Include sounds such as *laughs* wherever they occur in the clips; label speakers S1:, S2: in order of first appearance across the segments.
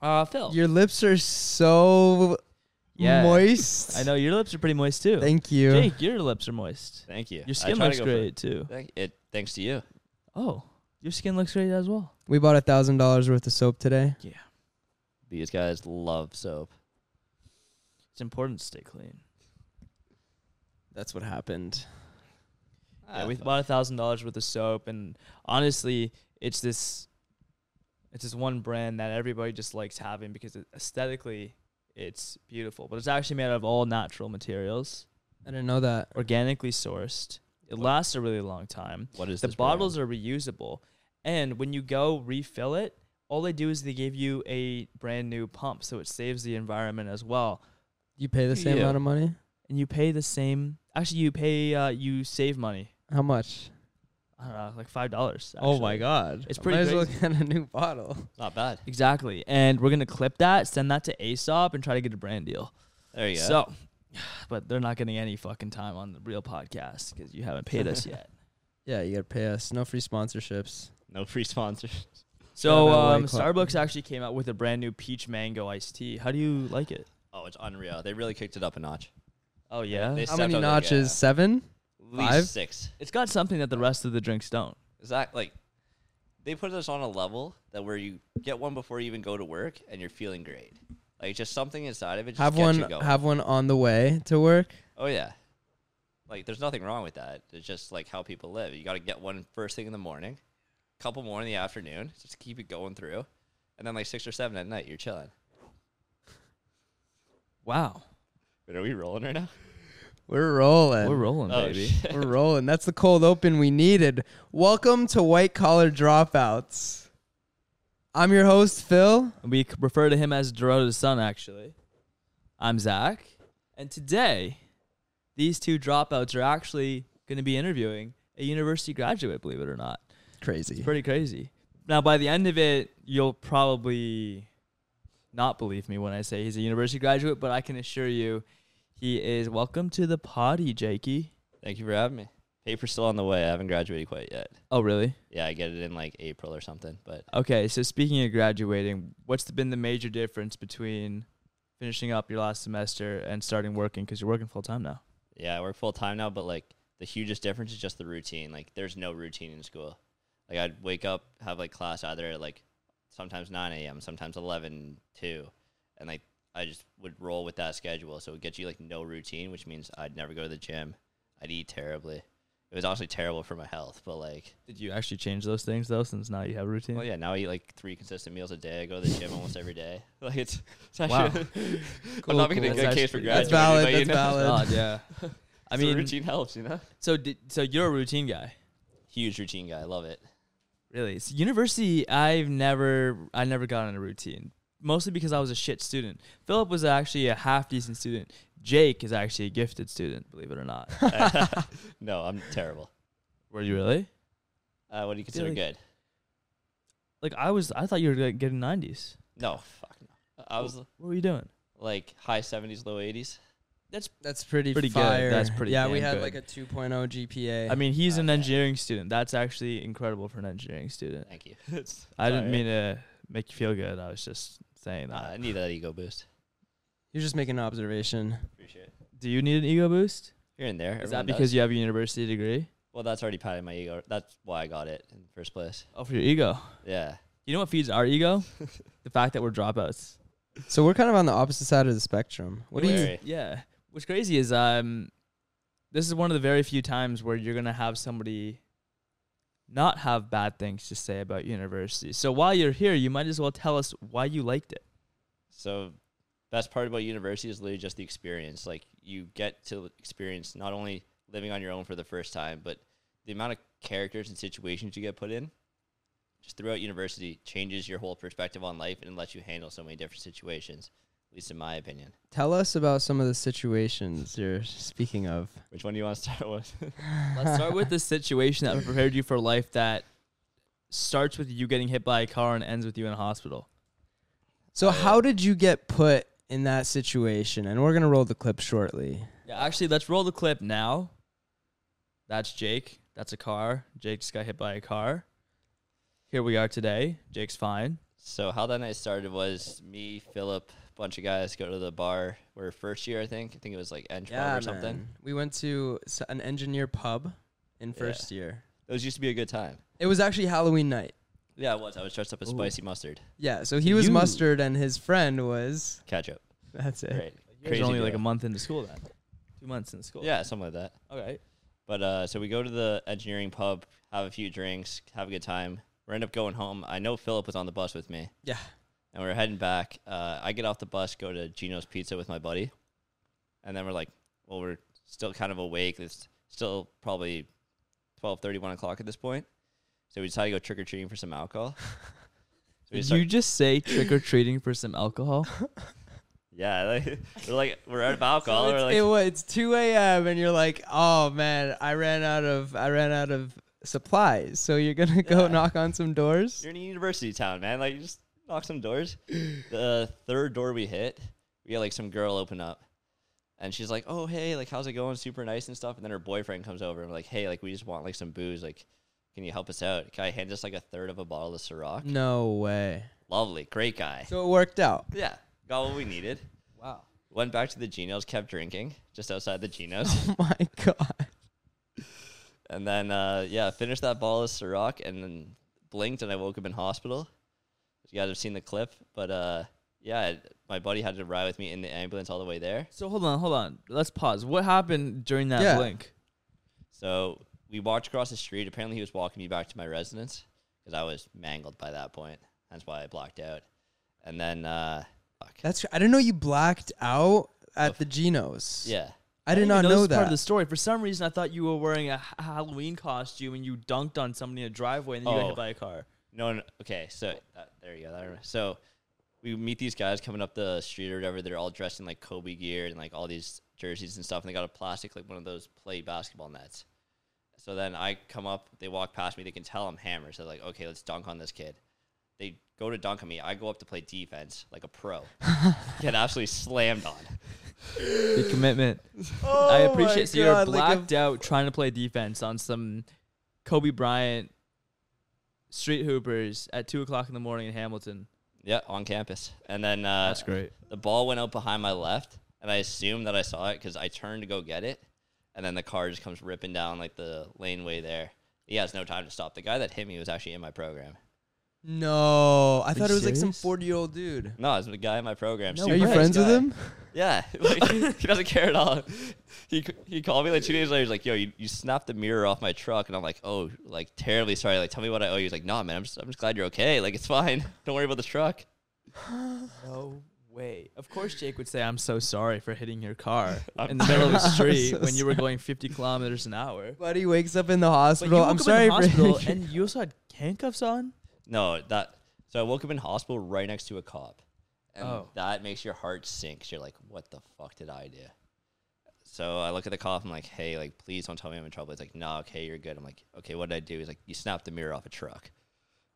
S1: Uh, Phil.
S2: Your lips are so
S1: Yeah. *laughs*
S2: moist.
S1: I know your lips are pretty moist too.
S2: Thank you.
S1: Jake, your lips are moist.
S3: Thank you. I
S1: Your skin
S3: try to
S1: looks
S3: go for-
S1: great too.
S3: Thank it. Thanks to you.
S1: Oh, your skin looks great as well.
S2: We bought a thousand dollars worth of soap today.
S3: These guys love soap.
S1: It's important to stay clean.
S2: That's what happened.
S1: yeah, we bought a thousand dollars worth of soap, and honestly, it's this, it's this one brand that everybody just likes having because it, aesthetically, it's beautiful. But it's actually made out of all natural materials,
S2: I didn't know that.
S1: organically sourced. It lasts a really long time.
S3: what is
S1: The
S3: this
S1: bottles are reusable, and when you go refill it, all they do is they give you a brand new pump, so it saves the environment as well.
S2: You pay the same
S3: Yeah.
S2: amount of money?
S1: And you pay the same. Actually, you pay. Uh, you save money.
S2: How much?
S1: I don't know, like five dollars.
S2: Oh god.
S1: Oh It's
S2: I
S1: pretty
S2: Might as well get a new bottle.
S3: Not bad.
S1: Exactly. And we're gonna clip that, send that to ASOP, and try to get a brand deal.
S3: There you go.
S1: So, *sighs* but they're not getting any fucking time on the real podcast because you haven't paid us
S3: *laughs*
S1: yet.
S2: Yeah, you gotta pay us. No free sponsorships.
S3: no free sponsors. *laughs*
S1: So
S2: Shout out
S1: um,
S2: White Claw.
S1: Starbucks actually came out with a brand new peach mango iced tea. How do you like it?
S3: Oh, it's unreal. They really kicked it up a notch.
S1: Oh yeah,
S3: They
S2: How
S3: stepped
S2: many
S3: up their
S2: notches?
S3: game.
S2: Seven?
S3: At least
S2: Five?
S3: six.
S1: it's got something that the rest of the drinks don't.
S3: Is that like they put us on a level that where you get one before you even go to work and you're feeling great. Like just something inside of it. Just
S2: Have
S3: gets
S2: one
S3: You going.
S2: have one on the way to work.
S3: oh yeah. Like there's nothing wrong with that. It's just like how people live. You got to get one first thing in the morning, couple more in the afternoon, just keep it going through, and then like six or seven at night you're chilling.
S1: Wow,
S3: But are we rolling right now?
S2: We're rolling.
S1: we're rolling,
S3: Oh,
S1: baby.
S3: shit.
S2: *laughs* We're rolling. That's the cold open we needed. Welcome to White Collar Dropouts. I'm your host, Phil.
S1: We c- refer to him as Dorota's son, actually. I'm Zach. And today, these two dropouts are actually going to be interviewing a university graduate, believe it or not.
S2: Crazy.
S1: It's pretty crazy. Now, by the end of it, you'll probably not believe me when I say he's a university graduate, but I can assure you he is. Welcome to the potty, Jakey.
S3: *laughs* Thank you for having me. Paper's still on the way. I haven't graduated quite yet.
S1: Oh, really?
S3: Yeah, I get it in like April or something. But
S1: Okay, so speaking of graduating, what's the- been the major difference between finishing up your last semester and starting working? Because you're working full time now.
S3: yeah, I work full time now. But like the hugest difference is just the routine. Like there's no routine in school. Like I'd wake up, have like class either at like sometimes 9 a.m., sometimes 11, 2. And like I just would roll with that schedule. So it gets you like no routine, which means I'd never go to the gym. I'd eat terribly. It was actually terrible for my health. But like,
S1: Did you actually change those things though? Since now you have a routine.
S3: well, Oh, yeah, now I eat like three consistent meals a day. I go to the gym almost every day. *laughs* Like it's, it's
S1: Wow.
S3: actually, *laughs*
S2: Cool,
S3: I'm not making
S2: cool.
S3: a good
S1: That's
S3: case for
S1: actually- that's
S2: valid,
S3: graduating. but, you
S2: that's
S3: know, *laughs*
S2: valid.
S1: God, yeah. I
S3: so
S1: mean,
S3: routine helps, you know.
S1: so did, so you're a routine guy,
S3: Huge routine guy, I love it.
S1: really? So university, I've never, I never got on a routine, mostly because I was a shit student. Philip was actually a half decent student. Jake is actually a gifted student, believe it or
S3: *laughs*
S1: not.
S3: no, I'm terrible.
S1: Were you really?
S3: Uh, what do you consider
S1: like-
S3: good?
S1: Like I was, I thought you were like, getting nineties.
S3: No, fuck no. I was
S1: What were you doing?
S3: like high 70s, low 80s.
S2: That's pretty,
S1: Pretty good.
S2: fire.
S1: That's pretty
S2: Yeah,
S1: damn
S2: we had
S1: good.
S2: like a 2.0 GPA.
S1: I mean, he's an
S3: Okay.
S1: engineering student. That's actually incredible for an engineering student.
S3: Thank you. *laughs* It's-
S1: I didn't
S3: sorry.
S1: mean to make you feel good. I was just saying
S3: Nah, I
S1: that.
S3: need that ego boost.
S2: you're just making
S1: *laughs*
S2: an observation.
S3: Appreciate it.
S1: Do you need an ego boost?
S3: Here and there.
S1: Is that
S3: everyone
S1: because
S3: does.
S1: you have a university degree?
S3: Well, that's already patting my ego. That's why I got it in the first place.
S1: Oh, for your ego.
S3: Yeah.
S1: You know what feeds our ego? the fact that we're dropouts.
S2: So we're kind of on the opposite side of the spectrum. What do you?
S3: Very.
S1: Yeah. What's crazy is um, this is one of the very few times where you're gonna have somebody not have bad things to say about university. So while you're here, you might as well tell us why you liked it.
S3: So, best part about university is literally just the experience. Like you get to experience not only living on your own for the first time, but the amount of characters and situations you get put in just throughout university changes your whole perspective on life and lets you handle so many different situations. At least in my opinion.
S2: Tell us about some of the situations you're speaking of.
S3: Which one do you want to *laughs* start with?
S1: Let's start with the situation that prepared you for life that starts with you getting hit by a car and ends with you in a hospital.
S2: So
S1: Uh,
S2: how did you get put in that situation? And we're gonna roll the clip shortly.
S1: Yeah, actually, let's roll the clip now. That's Jake. That's a car. Jake just got hit by a car. Here we are today. Jake's fine.
S3: So how that night started was me, Philip, bunch of guys go to the bar. We're first year, I think. I think it was like Ench Pub or something.
S2: man. We went to s- an engineer pub in first year.
S3: Those used to be a good time.
S2: It was actually Halloween night.
S3: Yeah, it was. I was dressed up as spicy mustard.
S2: Yeah, so he was
S1: You-
S2: mustard and his friend was
S3: Ketchup.
S2: that's it.
S3: Great.
S1: It was only like
S3: girl.
S1: a month into school then. Two months into school.
S3: Yeah, something like that.
S1: All right.
S3: But uh, so we go to the engineering pub, have a few drinks, have a good time. We end up going home. I know Philip was on the bus with me,
S2: Yeah.
S3: and we were heading back. Uh, I get off the bus, go to Gino's Pizza with my buddy, and then we're like, well, we're still kind of awake. It's still probably 12, 1 o'clock at this point. So we decide to go trick or treating for
S1: *laughs*
S3: some alcohol. so
S1: Did
S3: start-
S1: you just say trick or treating for some alcohol?
S3: yeah, *laughs* like, we're like we're out of alcohol.
S2: So
S3: we're
S2: it's,
S3: like,
S2: it wa- it's 2 a.m. and you're like, oh man, I ran out of I ran out of supplies. So you're gonna go
S3: Yeah.
S2: knock on some doors.
S3: You're in a university town, man. Like, you just knock some doors. the third door we hit, we had like some girl open up, and she's like, "Oh, hey, like, how's it going? Super nice and stuff." And then her boyfriend comes over and we're like, "Hey, like, we just want like some booze. Like, can you help us out? Can I hand us like a third of a bottle of Ciroc?
S2: No way.
S3: Lovely, great guy.
S2: So it worked out.
S3: yeah, got what we needed.
S1: Wow.
S3: Went back to the Geno's, kept drinking just outside the Geno's.
S2: Oh *laughs* my god.
S3: And then uh, yeah, finished that ball of Ciroc and then blinked and I woke up in hospital. You guys have seen the clip, but uh, yeah, it- my buddy had to ride with me in the ambulance all the way there.
S1: *laughs* So hold on, hold on. Let's pause. What happened during that
S2: Yeah.
S1: blink?
S3: So we walked across the street. Apparently, he was walking me back to my residence because I was mangled by that point. That's why I blacked out. And then uh, fuck.
S2: That's I didn't know you blacked out at the Genos.
S3: yeah,
S2: I did
S1: even
S2: not
S1: this
S2: know
S1: was part of
S2: that.
S1: the story. For some reason, I thought you were wearing a Ha- Halloween costume and you dunked on somebody in a driveway and then you got
S3: Oh.
S1: hit by a car.
S3: No, no. Okay, so uh, there you go. That, rem- so we meet these guys coming up the street or whatever. They're all dressed in like Kobe gear and like all these jerseys and stuff. And they got a plastic like one of those play basketball nets. So then I come up. They walk past me. They can tell I'm hammered. So they're like, okay, let's dunk on this kid. They go to dunk on me. I go up to play defense like a pro. Get absolutely slammed on.
S1: The commitment. I
S2: Oh
S1: appreciate. So you're blacked out trying to play defense on some Kobe Bryant street hoopers at two o'clock in the morning in Hamilton.
S3: Yeah, on campus. And then uh,
S1: great.
S3: the ball went out behind my left, and I assumed that I saw it because I turned to go get it, and then the car just comes ripping down like the laneway there. He has no time to stop. The guy that hit me was actually in my program.
S2: No, I
S1: you
S2: thought it was like some
S1: serious?
S2: 40 year old dude.
S3: No, it's the guy in my program.
S1: No
S3: super
S2: Are you
S1: way.
S3: nice
S2: friends with
S3: guy.
S2: him?
S3: Yeah, *laughs* Like, he doesn't care at all. He c- he called me like two days later. He's like, "Yo, you, you snapped the mirror off my truck," and I'm like, "Oh, like terribly sorry. Like, tell me what I owe you." He's like, "Nah, man, I'm just, I'm just glad you're okay. Like, it's fine. *laughs* Don't worry about the truck."
S1: No way. Of course, Jake would say, "I'm so sorry for hitting your car
S3: I'm-
S1: in the middle of the
S2: I'm
S1: street
S2: *laughs* so
S1: when you were going 50 kilometers an hour."
S2: Buddy wakes up in the
S1: But
S2: hospital.
S1: you
S2: I'm
S1: woke up
S2: sorry *laughs*
S1: in the hospital
S2: for
S1: and you also had handcuffs on.
S3: No, that. So I woke up in hospital right next to a cop, and
S1: Oh.
S3: that makes your heart sink. 'cause You're like, "What the fuck did I do?" So I look at the cop. I'm like, "Hey, like, please don't tell me I'm in trouble." He's like, "No, okay, you're good." I'm like, "Okay, what did I do?" He's like, "You snapped the mirror off a truck."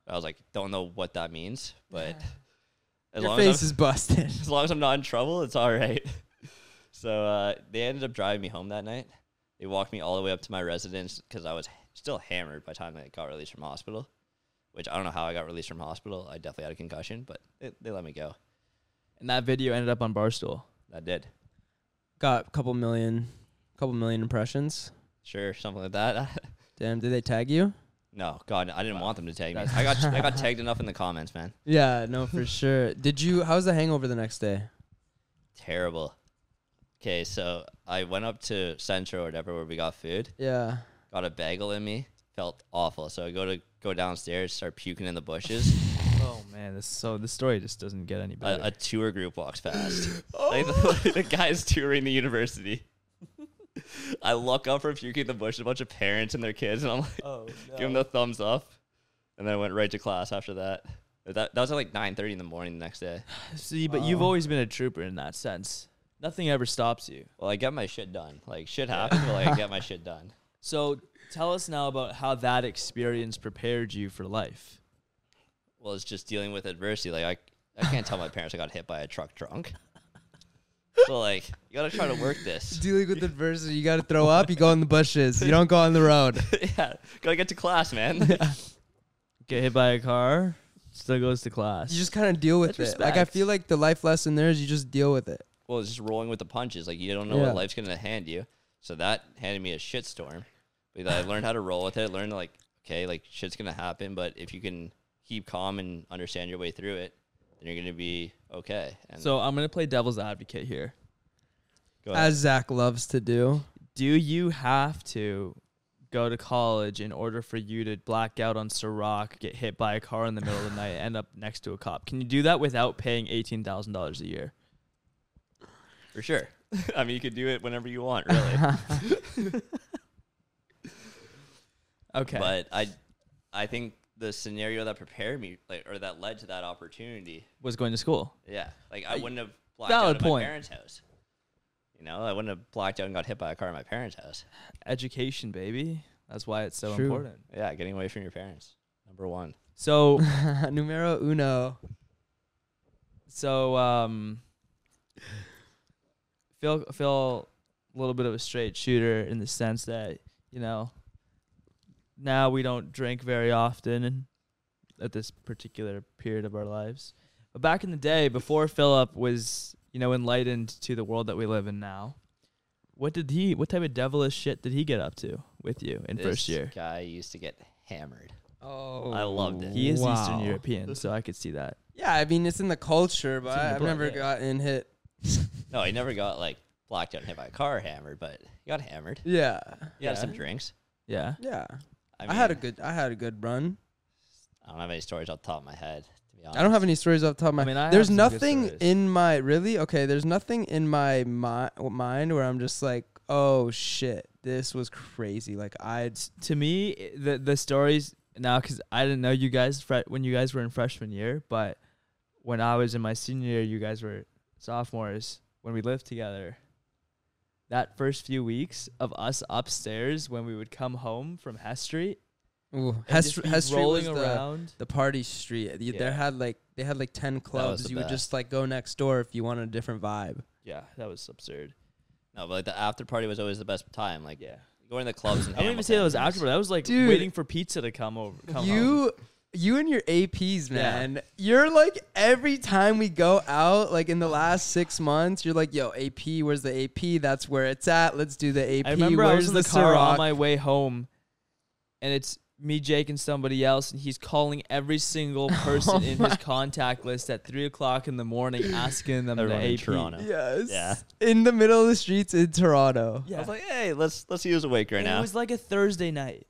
S3: I was like, "Don't know what that means,
S2: *laughs*
S3: but as
S2: your
S3: long
S2: face
S3: as I'm,
S2: is busted.
S3: *laughs* as long as I'm not in trouble, it's all right." *laughs* so uh, they ended up driving me home that night. They walked me all the way up to my residence because I was still hammered by the time I got released from hospital. Which I don't know how I got released from hospital. I definitely had a concussion, but they, they let me go.
S1: And that video ended up on Barstool.
S3: I did.
S2: Got a couple million, couple million impressions.
S3: Sure, something like that. *laughs*
S2: Damn, did they tag you?
S3: no, God, I didn't want them to tag me.
S1: That's-
S3: I got I got tagged enough in the comments, man.
S2: Yeah, *laughs* no, for sure. Did you? How was the hangover the next day?
S3: Terrible. Okay, so I went up to Centro or whatever where we got food.
S2: Yeah.
S3: Got a bagel in me. Felt awful. So I go to go downstairs, start puking in the bushes.
S1: Oh man, this so this story just doesn't get any
S3: a,
S1: better.
S3: a tour group walks past.
S1: *gasps*
S3: *laughs* like, the, the guy's touring the university. I look up from puking in the bush, a bunch of parents and their kids, and I'm like,
S1: oh, no.
S3: *laughs* give them the thumbs up. And then I went right to class after that. But That, that was at like 9.30 in the morning the next day.
S1: See, but you've always been a trooper in that sense. Nothing ever stops you.
S3: Well, I got my shit done. Like, shit happened, but like,
S1: *laughs*
S3: I got my shit done.
S1: So tell us now about how that experience prepared you for life.
S3: Well, it's just dealing with adversity. Like, I, I can't tell my parents I got hit by a truck drunk.
S1: *laughs*
S3: So, like, you gotta try to work
S1: *laughs*
S3: this.
S2: Dealing *laughs* with adversity, you got to throw up. You go in the bushes. *laughs* You don't go on the road.
S3: *laughs*
S1: *laughs*
S3: yeah, gotta get to class, man.
S1: Get hit by a car, still goes to class.
S2: You just kind of deal with
S1: That's
S2: it. Like I
S1: respect.
S2: feel like the life lesson there is you just deal with it.
S3: Well, it's just rolling with the punches. Like you don't know
S2: Yeah.
S3: what life's gonna hand you. So that handed me a shit storm. But I learned how to roll with it. Learned like, okay, like shit's gonna happen, but if you can keep calm and understand your way through it, then you're gonna be okay. And
S1: so I'm gonna play devil's advocate here.
S3: go ahead.
S2: As Zach loves to do. *laughs*
S1: do you have to go to college in order for you to black out on Ciroc, get hit by a car in the middle of the night, end up next to a cop? Can you do that without paying eighteen thousand dollars a year?
S3: for sure. *laughs* I mean, you could do it whenever
S1: *laughs*
S3: you want, really.
S1: Okay,
S3: But I, I think the scenario that prepared me, like, or that led to that opportunity,
S1: was going to school.
S3: Yeah, like I
S1: Uh,
S3: wouldn't have blacked
S1: valid
S3: out at
S1: point.
S3: my parents' house. You know, I wouldn't have blacked out and got hit by a car at my parents' house.
S1: Education, baby. That's why it's so
S2: True.
S1: important.
S3: Yeah, getting away from your parents, number one.
S1: So,
S2: Numero uno.
S1: so um, Phil, Phil, a little bit of a straight shooter in the sense that you know, now we don't drink very often at this particular period of our lives. But back in the day, before Philip was, you know, enlightened to the world that we live in now, what did he? What type of devilish shit did he get up to with you in first
S3: This
S1: year?
S3: guy used to get hammered.
S2: Oh,
S3: I loved it.
S1: He is Eastern
S2: wow.
S1: European, so I could see that.
S2: Yeah, I mean it's in the culture, but
S1: It's in the
S2: I've
S1: blood,
S2: never
S1: yeah.
S2: gotten hit.
S3: No, he never got like blacked out and hit by a car, hammered, but he got hammered. He
S2: Yeah,
S3: had some drinks.
S1: Yeah.
S2: yeah.
S3: I,
S2: I,
S3: mean,
S2: had a good, I had a good run.
S3: I don't have any stories off the top of my head. To be honest,
S2: I don't have any stories off the top of my.
S1: I mean, I
S2: there's
S1: have some good
S2: nothing
S1: stories.
S2: in my really okay. There's nothing in my mi- mind where I'm just like, oh shit, this was crazy. Like I'd
S1: to me i- the the stories now because I didn't know you guys fre- when you guys were in freshman year, but when I was in my senior year, you guys were sophomores. When we lived together, that first few weeks of us upstairs when we would come home from Hess Street,
S2: ooh,
S1: and
S2: Hess,
S1: just be
S2: Hess Street
S1: rolling
S2: was the,
S1: around.
S2: the party street. You, There
S1: Yeah.
S2: had like they had like ten clubs.
S3: the
S2: You would
S3: best.
S2: just like go next door if you wanted a different vibe.
S1: yeah, that was absurd.
S3: no, but like the after party was always the best time. Like
S1: Yeah,
S3: going to the clubs. And
S1: I don't even say that was after, but that was like
S2: Dude.
S1: waiting for pizza to come over. Come home.
S2: you you and your APs,
S1: Yeah.
S2: man. You're like every time we go out, like in the last six months, you're like, yo, AP, where's the AP? That's where it's at. Let's do the AP.
S1: I remember I was
S2: where's
S1: in
S2: the,
S1: the, car on
S2: Ciroc?"
S1: my way home, and it's me, Jake, and somebody else, and he's calling every
S2: *laughs*
S1: single
S2: Oh
S1: person in his contact list at three o'clock in the morning, asking them
S3: Everyone
S1: the
S3: in
S1: AP.
S3: Toronto.
S2: Yes.
S3: Yeah.
S2: In the middle of the streets in Toronto.
S1: Yeah,
S3: I was like, hey, let's let's use awake right
S1: And
S3: now.
S1: it was like a Thursday night.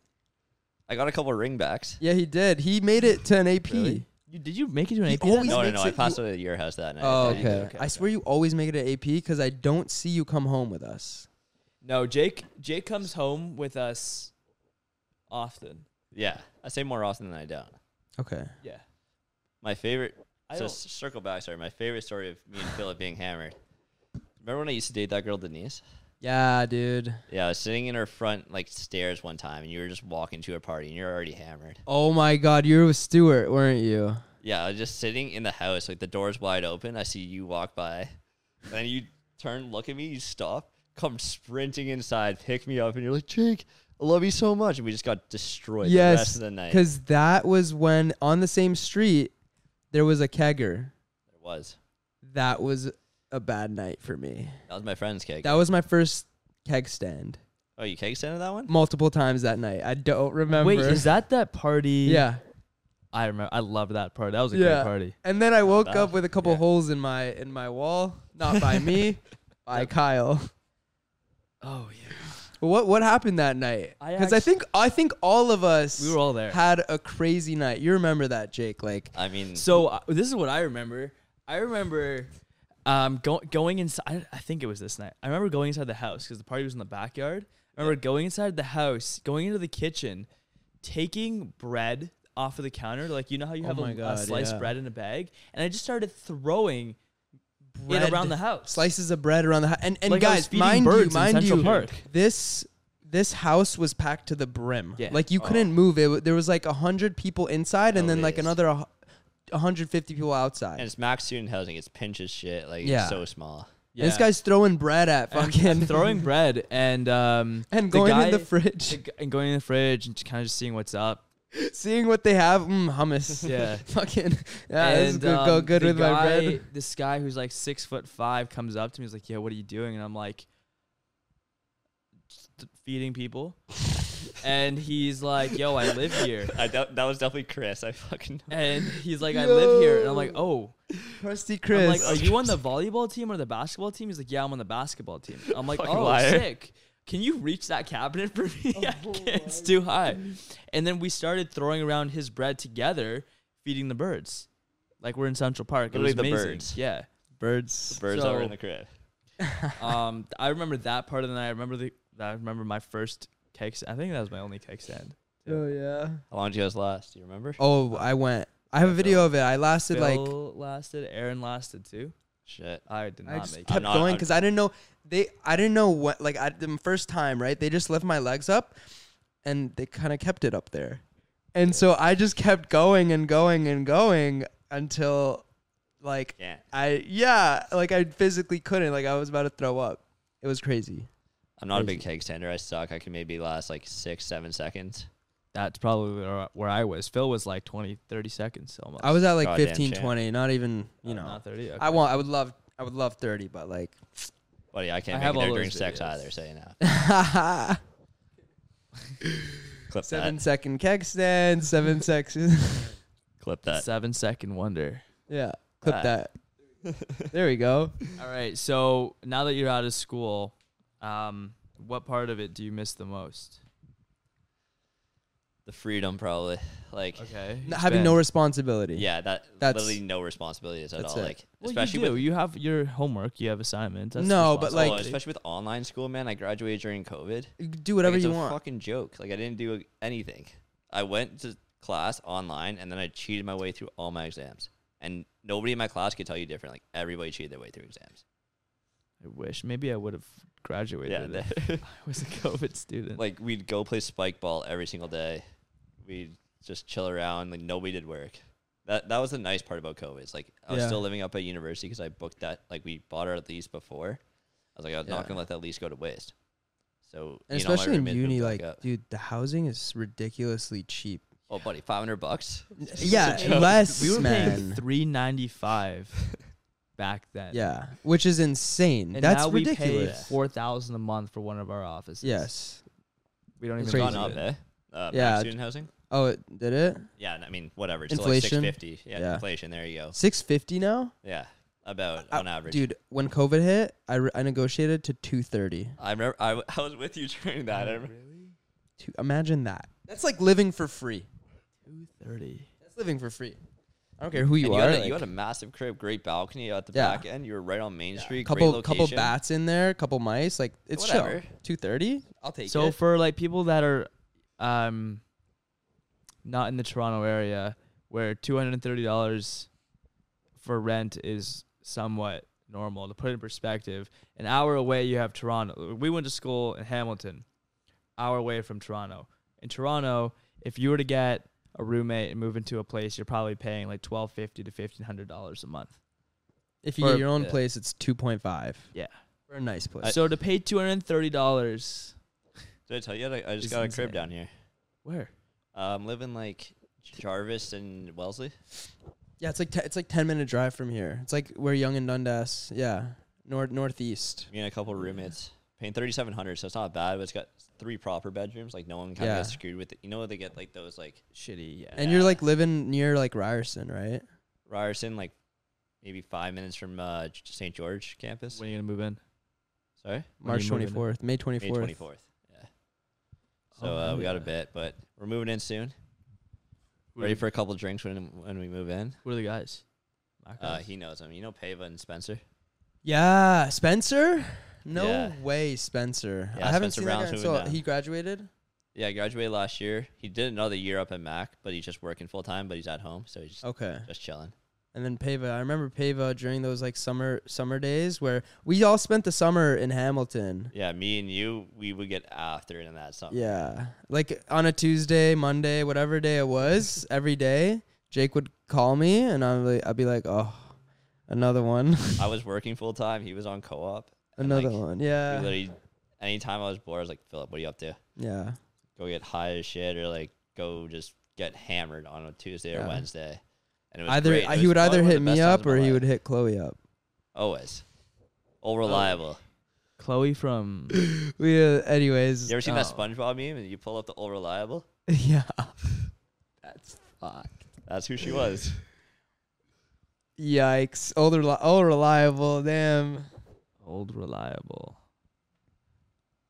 S3: I got a couple ringbacks.
S2: Yeah, he did. He made it to an AP.
S1: Really? You, did you make it to an
S2: He
S1: AP? that
S2: always
S1: night?
S3: No, no,
S2: makes
S3: no. I
S2: it-
S3: passed away at your house that night.
S2: Oh,
S3: Yeah, you
S2: okay.
S3: did.
S1: okay,
S2: I swear you always make it an AP because I don't see you come home with us.
S1: no, Jake. Jake comes home with us often.
S3: Yeah, I say more often than I don't.
S2: Okay.
S1: Yeah,
S3: My favorite.
S1: I
S3: so
S1: don't-
S3: s- circle back. Sorry, my favorite story of me and Philip being hammered. Remember when I used to date that girl Denise?
S2: Yeah, dude.
S3: Yeah, I was sitting in her front like stairs one time, and you were just walking to a party, and you're already hammered.
S2: Oh my God, you were with Stuart, weren't you?
S3: Yeah, I was just sitting in the house, like the door's wide open. I see you walk by, and then you turn, look at me, you stop, come sprinting inside, pick me up, and you're like, Jake, I love you so much, and we just got destroyed the rest
S2: yes,
S3: of the night.
S2: because that was when on the same street there was a kegger.
S3: it was
S2: That was a bad night for me.
S3: that was my friend's cake.
S2: That was my first keg stand.
S3: oh, you cake stand at that one?
S2: Multiple times that night. I don't remember.
S1: Wait, is that that party?
S2: yeah,
S1: I remember. I loved that party. That was a
S2: yeah.
S1: great party.
S2: And then I woke
S3: bad.
S2: up with a couple
S3: Yeah.
S2: holes in my in my wall, not
S1: *laughs*
S2: by me, *laughs* by Kyle.
S1: Oh yeah,
S2: But what what happened that night?
S1: I
S2: Because I,
S1: actu-
S2: think I think all of us
S1: we were all there.
S2: had a crazy night. You remember that, Jake? Like
S3: I mean,
S1: So uh, this is what I remember. I remember um, go- going inside. I think it was this night. I remember going inside the house because the party was in the backyard. I remember going inside the house, going into the kitchen, taking bread off of the counter. Like you know how you
S2: Oh
S1: have a,
S2: my
S1: a
S2: God,
S1: sliced
S2: yeah.
S1: bread in a bag, and I just started throwing
S2: Bread.
S1: it around the house.
S2: slices of bread around the house. And and
S1: Like I was
S2: guys,
S1: feeding
S2: mind you,
S1: birds in
S2: mind
S1: Central
S2: you,
S1: Park.
S2: this this house was packed to the brim.
S1: Yeah. Oh.
S2: Like you couldn't move. It wa- there was like hundred people inside, and
S3: At
S2: then like
S3: least.
S2: another a hu- 150 people outside.
S3: and it's max student housing. It's pinches shit. Like
S2: Yeah.
S3: it's so small.
S2: And This guy's throwing bread at
S1: And I'm
S2: fucking
S1: *laughs*
S2: *laughs*
S1: throwing bread and um
S2: and
S1: the
S2: going
S1: guy,
S2: in the fridge.
S1: the gu- and going in the fridge and kind of just seeing what's up.
S2: Seeing what they have, mm, *laughs* hummus.
S1: Yeah.
S2: Fucking yeah, Ah, this is
S1: And,
S2: good, go
S1: um,
S2: good
S1: the
S2: with my bread.
S1: guy- This guy who's like six foot five comes up to me. He's like, "Yo, what are you doing?" And I'm like, "Just "Feeding people." and he's like, "Yo, I live here."
S3: I don't, that was definitely Chris. I fucking know.
S1: And he's like, "I live here." And I'm like,
S2: Yo.
S1: "Oh."
S2: *laughs* Crusty
S1: I'm
S2: Chris.
S1: like, oh, "Are you on the volleyball team or the basketball team?" He's like, "Yeah, I'm on the basketball team." I'm like,
S3: Fucking
S1: "Oh,
S3: liar.
S1: sick." Can you reach that cabinet for me? *laughs*
S2: Oh,
S1: I can't. It's too high. And then we started throwing around his bread together, feeding the birds. Like we're in Central Park.
S3: Literally
S1: it was
S3: the
S1: amazing.
S3: birds.
S1: Yeah.
S2: Birds.
S3: Birds that were
S1: So-
S3: in the crib.
S1: *laughs*
S3: *laughs*
S1: um, I remember that part of the night. I remember the. I remember my first cake. Stand. I think that was my only cake stand.
S2: Oh yeah.
S3: How long did you guys last? Do you remember?
S2: Oh, I went. I have a
S3: Yeah,
S2: video of it. I lasted like
S1: Bill lasted. Aaron lasted too.
S3: Shit.
S1: I did
S2: I
S1: not
S2: just
S1: make
S3: I'm
S1: it.
S2: kept
S3: not-
S2: going
S3: I'm-
S2: because I didn't know they. I didn't know what like I the first time right. They just left my legs up, and they kind of kept it up there, and so I just kept going and going and going until, like
S3: Yeah.
S2: I yeah like I physically couldn't like I was about to throw up. It was crazy.
S3: I'm not a big keg stander. I suck. I can maybe last like six, seven seconds.
S1: That's probably where, where I was. Phil was like 20, 30 seconds almost.
S2: I was at like
S3: Goddamn
S2: fifteen,
S3: shame.
S2: twenty, not even you
S1: Not-
S2: know.
S1: not thirty.
S2: I want. I would love. I would love thirty, but like.
S3: Buddy, I
S1: I
S3: can't
S1: have
S3: make it
S1: all
S3: there
S1: those
S3: during sex
S1: videos.
S3: either, so you know.
S1: *laughs*
S3: Clip
S2: Seven
S3: that.
S2: second keg
S1: *laughs*
S2: stand, seven sexes.
S3: Clip that.
S1: Seven second wonder.
S2: *laughs*
S3: *laughs*
S2: yeah, clip
S1: That.
S2: that.
S1: *laughs*
S2: there we go.
S1: All right. So now that you're out of school, um, what part of it do you miss the most?
S3: The freedom, probably. Like,
S1: Okay.
S2: N- having no responsibility.
S3: yeah, that
S2: That's-
S3: literally no responsibilities at
S2: that's
S3: all.
S2: it.
S3: Like,
S1: Well,
S3: especially
S1: you do.
S3: with
S1: you have your homework. You have assignments. That's
S2: No, but,
S3: oh,
S2: like-
S1: responsibility.
S3: especially with online school, man. I graduated during COVID.
S2: You can do whatever
S3: like, it's
S2: you
S3: a
S2: want.
S3: fucking joke. Like I didn't do anything. I went to class online and then I cheated my way through all my exams. And nobody in my class could tell you different. Like everybody cheated their way through exams.
S1: I wish maybe I would have
S3: Yeah.
S1: graduated. if *laughs*
S3: they-
S1: I was a COVID *laughs* student.
S3: like we'd go play spike ball every single day. We'd just chill around. Like nobody did work. That that was the nice part about COVID. Is like I was
S2: Yeah.
S3: still living up at university because I booked that. Like we bought our lease before. I was like I was
S2: Yeah.
S3: not gonna let that lease go to waste. So
S2: And
S3: me all my
S2: especially in
S3: roommates moved
S2: uni,
S3: back
S2: like,
S3: up.
S2: dude, the housing is ridiculously cheap.
S3: oh buddy, five hundred bucks. *laughs*
S2: yeah,
S3: joke.
S2: less
S1: we were paying
S2: man.
S1: three ninety five back then.
S2: Yeah, which is insane.
S1: and
S2: That's
S1: now we pay
S2: ridiculous.
S1: four thousand a month for one of our offices.
S2: yes.
S1: we don't
S2: It's
S1: even.
S3: It's gone
S1: use
S2: crazy.
S1: it.
S3: up, eh? Uh,
S2: Yeah.
S3: yeah, student housing.
S2: Oh, it did it?
S3: Yeah, I mean whatever. It's
S2: Inflation?
S3: Still like six fifty. Yeah,
S2: Yeah.
S3: inflation. There you go.
S2: Six fifty now,
S3: Yeah, about
S2: I-
S3: on average.
S2: Uh, dude. When COVID hit, I, re- I negotiated to two thirty.
S3: I remember I, w- *laughs* I was with you during that. I remember.
S2: Two, imagine that. That's like living for free.
S1: Two thirty.
S2: That's living for free. I don't care who you
S3: And
S2: are.
S3: had, a,
S2: like-
S3: you had a massive crib, great balcony at the
S2: Yeah.
S3: back end. You were right on Main Street. Great
S2: couple couple
S3: location.
S2: bats in there, couple mice. Like it's chill.
S3: Whatever.
S2: Two thirty. I'll take
S1: So for like people that are, um, not in the Toronto area, where two hundred and thirty dollars for rent is somewhat normal. To put it in perspective, an hour away you have Toronto. We went to school in Hamilton, hour away from Toronto. In Toronto, if you were to get a roommate and move into a place, you're probably paying like twelve fifty to fifteen hundred dollars a month.
S2: if you
S1: for-
S2: get your own
S3: yeah.
S2: place, it's two point five
S1: Yeah.
S2: for a nice place.
S1: so to pay two hundred and thirty dollars,
S3: Did I tell you? I, I just
S1: It's
S3: got a
S1: insane.
S3: crib down here.
S1: where?
S3: I'm um, living like Jarvis and Wellesley.
S2: yeah, it's like te- it's like ten minute drive from here. It's like we're young and Dundas. Yeah, north northeast.
S3: Me and a couple roommates. Paying thirty seven hundred, so it's not bad. But it's got three proper bedrooms. Like no one kind of
S2: Yeah.
S3: gets screwed with it. You know they get like those like
S1: Shitty. Yeah.
S2: And you're like living near like Ryerson, right?
S3: Ryerson, like maybe five minutes from uh, J- St. George campus.
S1: when are you gonna move in?
S3: Sorry,
S1: When are
S2: March
S1: you
S2: twenty
S1: moving in?
S2: fourth, May twenty
S3: May twenty
S2: fourth.
S3: fourth. Yeah.
S1: Oh,
S3: So uh,
S1: hell
S3: we got a
S1: yeah.
S3: bit, but we're moving in soon.
S1: Who
S3: Ready
S1: are the-
S3: for a couple drinks when when we move in.
S1: Who are the guys? My
S3: Uh,
S1: guys?
S3: he knows them. You know Pava and Spencer.
S2: Yeah, Spencer. No
S3: Yeah.
S2: way, Spencer.
S3: Yeah,
S2: I haven't
S3: Spencer
S2: seen that
S3: Brown's
S2: guy.
S3: moving
S2: So
S3: down.
S2: he graduated.
S3: Yeah, I graduated last year. He did another year up at Mac, but he's just working full time. But he's at home, so he's just,
S2: Okay.
S3: just chilling.
S2: And then Pava. I remember Pava during those like summer summer days where we all spent the summer in Hamilton.
S3: Yeah, me and you, we would get after it in that summer.
S2: Yeah. Like on a Tuesday, Monday, whatever day it
S3: *laughs*
S2: was, every day, Jake would call me and I'd be, I'd be like, oh, another one. *laughs*
S3: I was working full time. He was on co op.
S2: another
S3: like,
S2: one. Yeah.
S3: Literally, anytime I was bored, I was like, Philip, what are you up to?
S2: Yeah.
S3: Go get high as shit, or like go just get hammered on a Tuesday
S2: Yeah.
S3: or Wednesday. And it was
S2: Either
S3: great. It
S2: I, he
S3: was
S2: would
S3: one
S2: either
S3: of the
S2: hit
S3: best
S2: me
S3: times
S2: up
S3: of my
S2: or he
S3: life.
S2: would hit Chloe
S3: *laughs*
S2: up.
S3: always, all reliable.
S1: *coughs* Chloe from *coughs*
S2: We, uh, anyways.
S3: You ever seen that
S1: Oh.
S3: SpongeBob meme? And you pull up the all reliable.
S2: *laughs* yeah. That's fuck.
S3: That's who
S2: *laughs*
S3: she was.
S2: Yikes! Old, reli- old reliable. Damn.
S1: Old Reliable.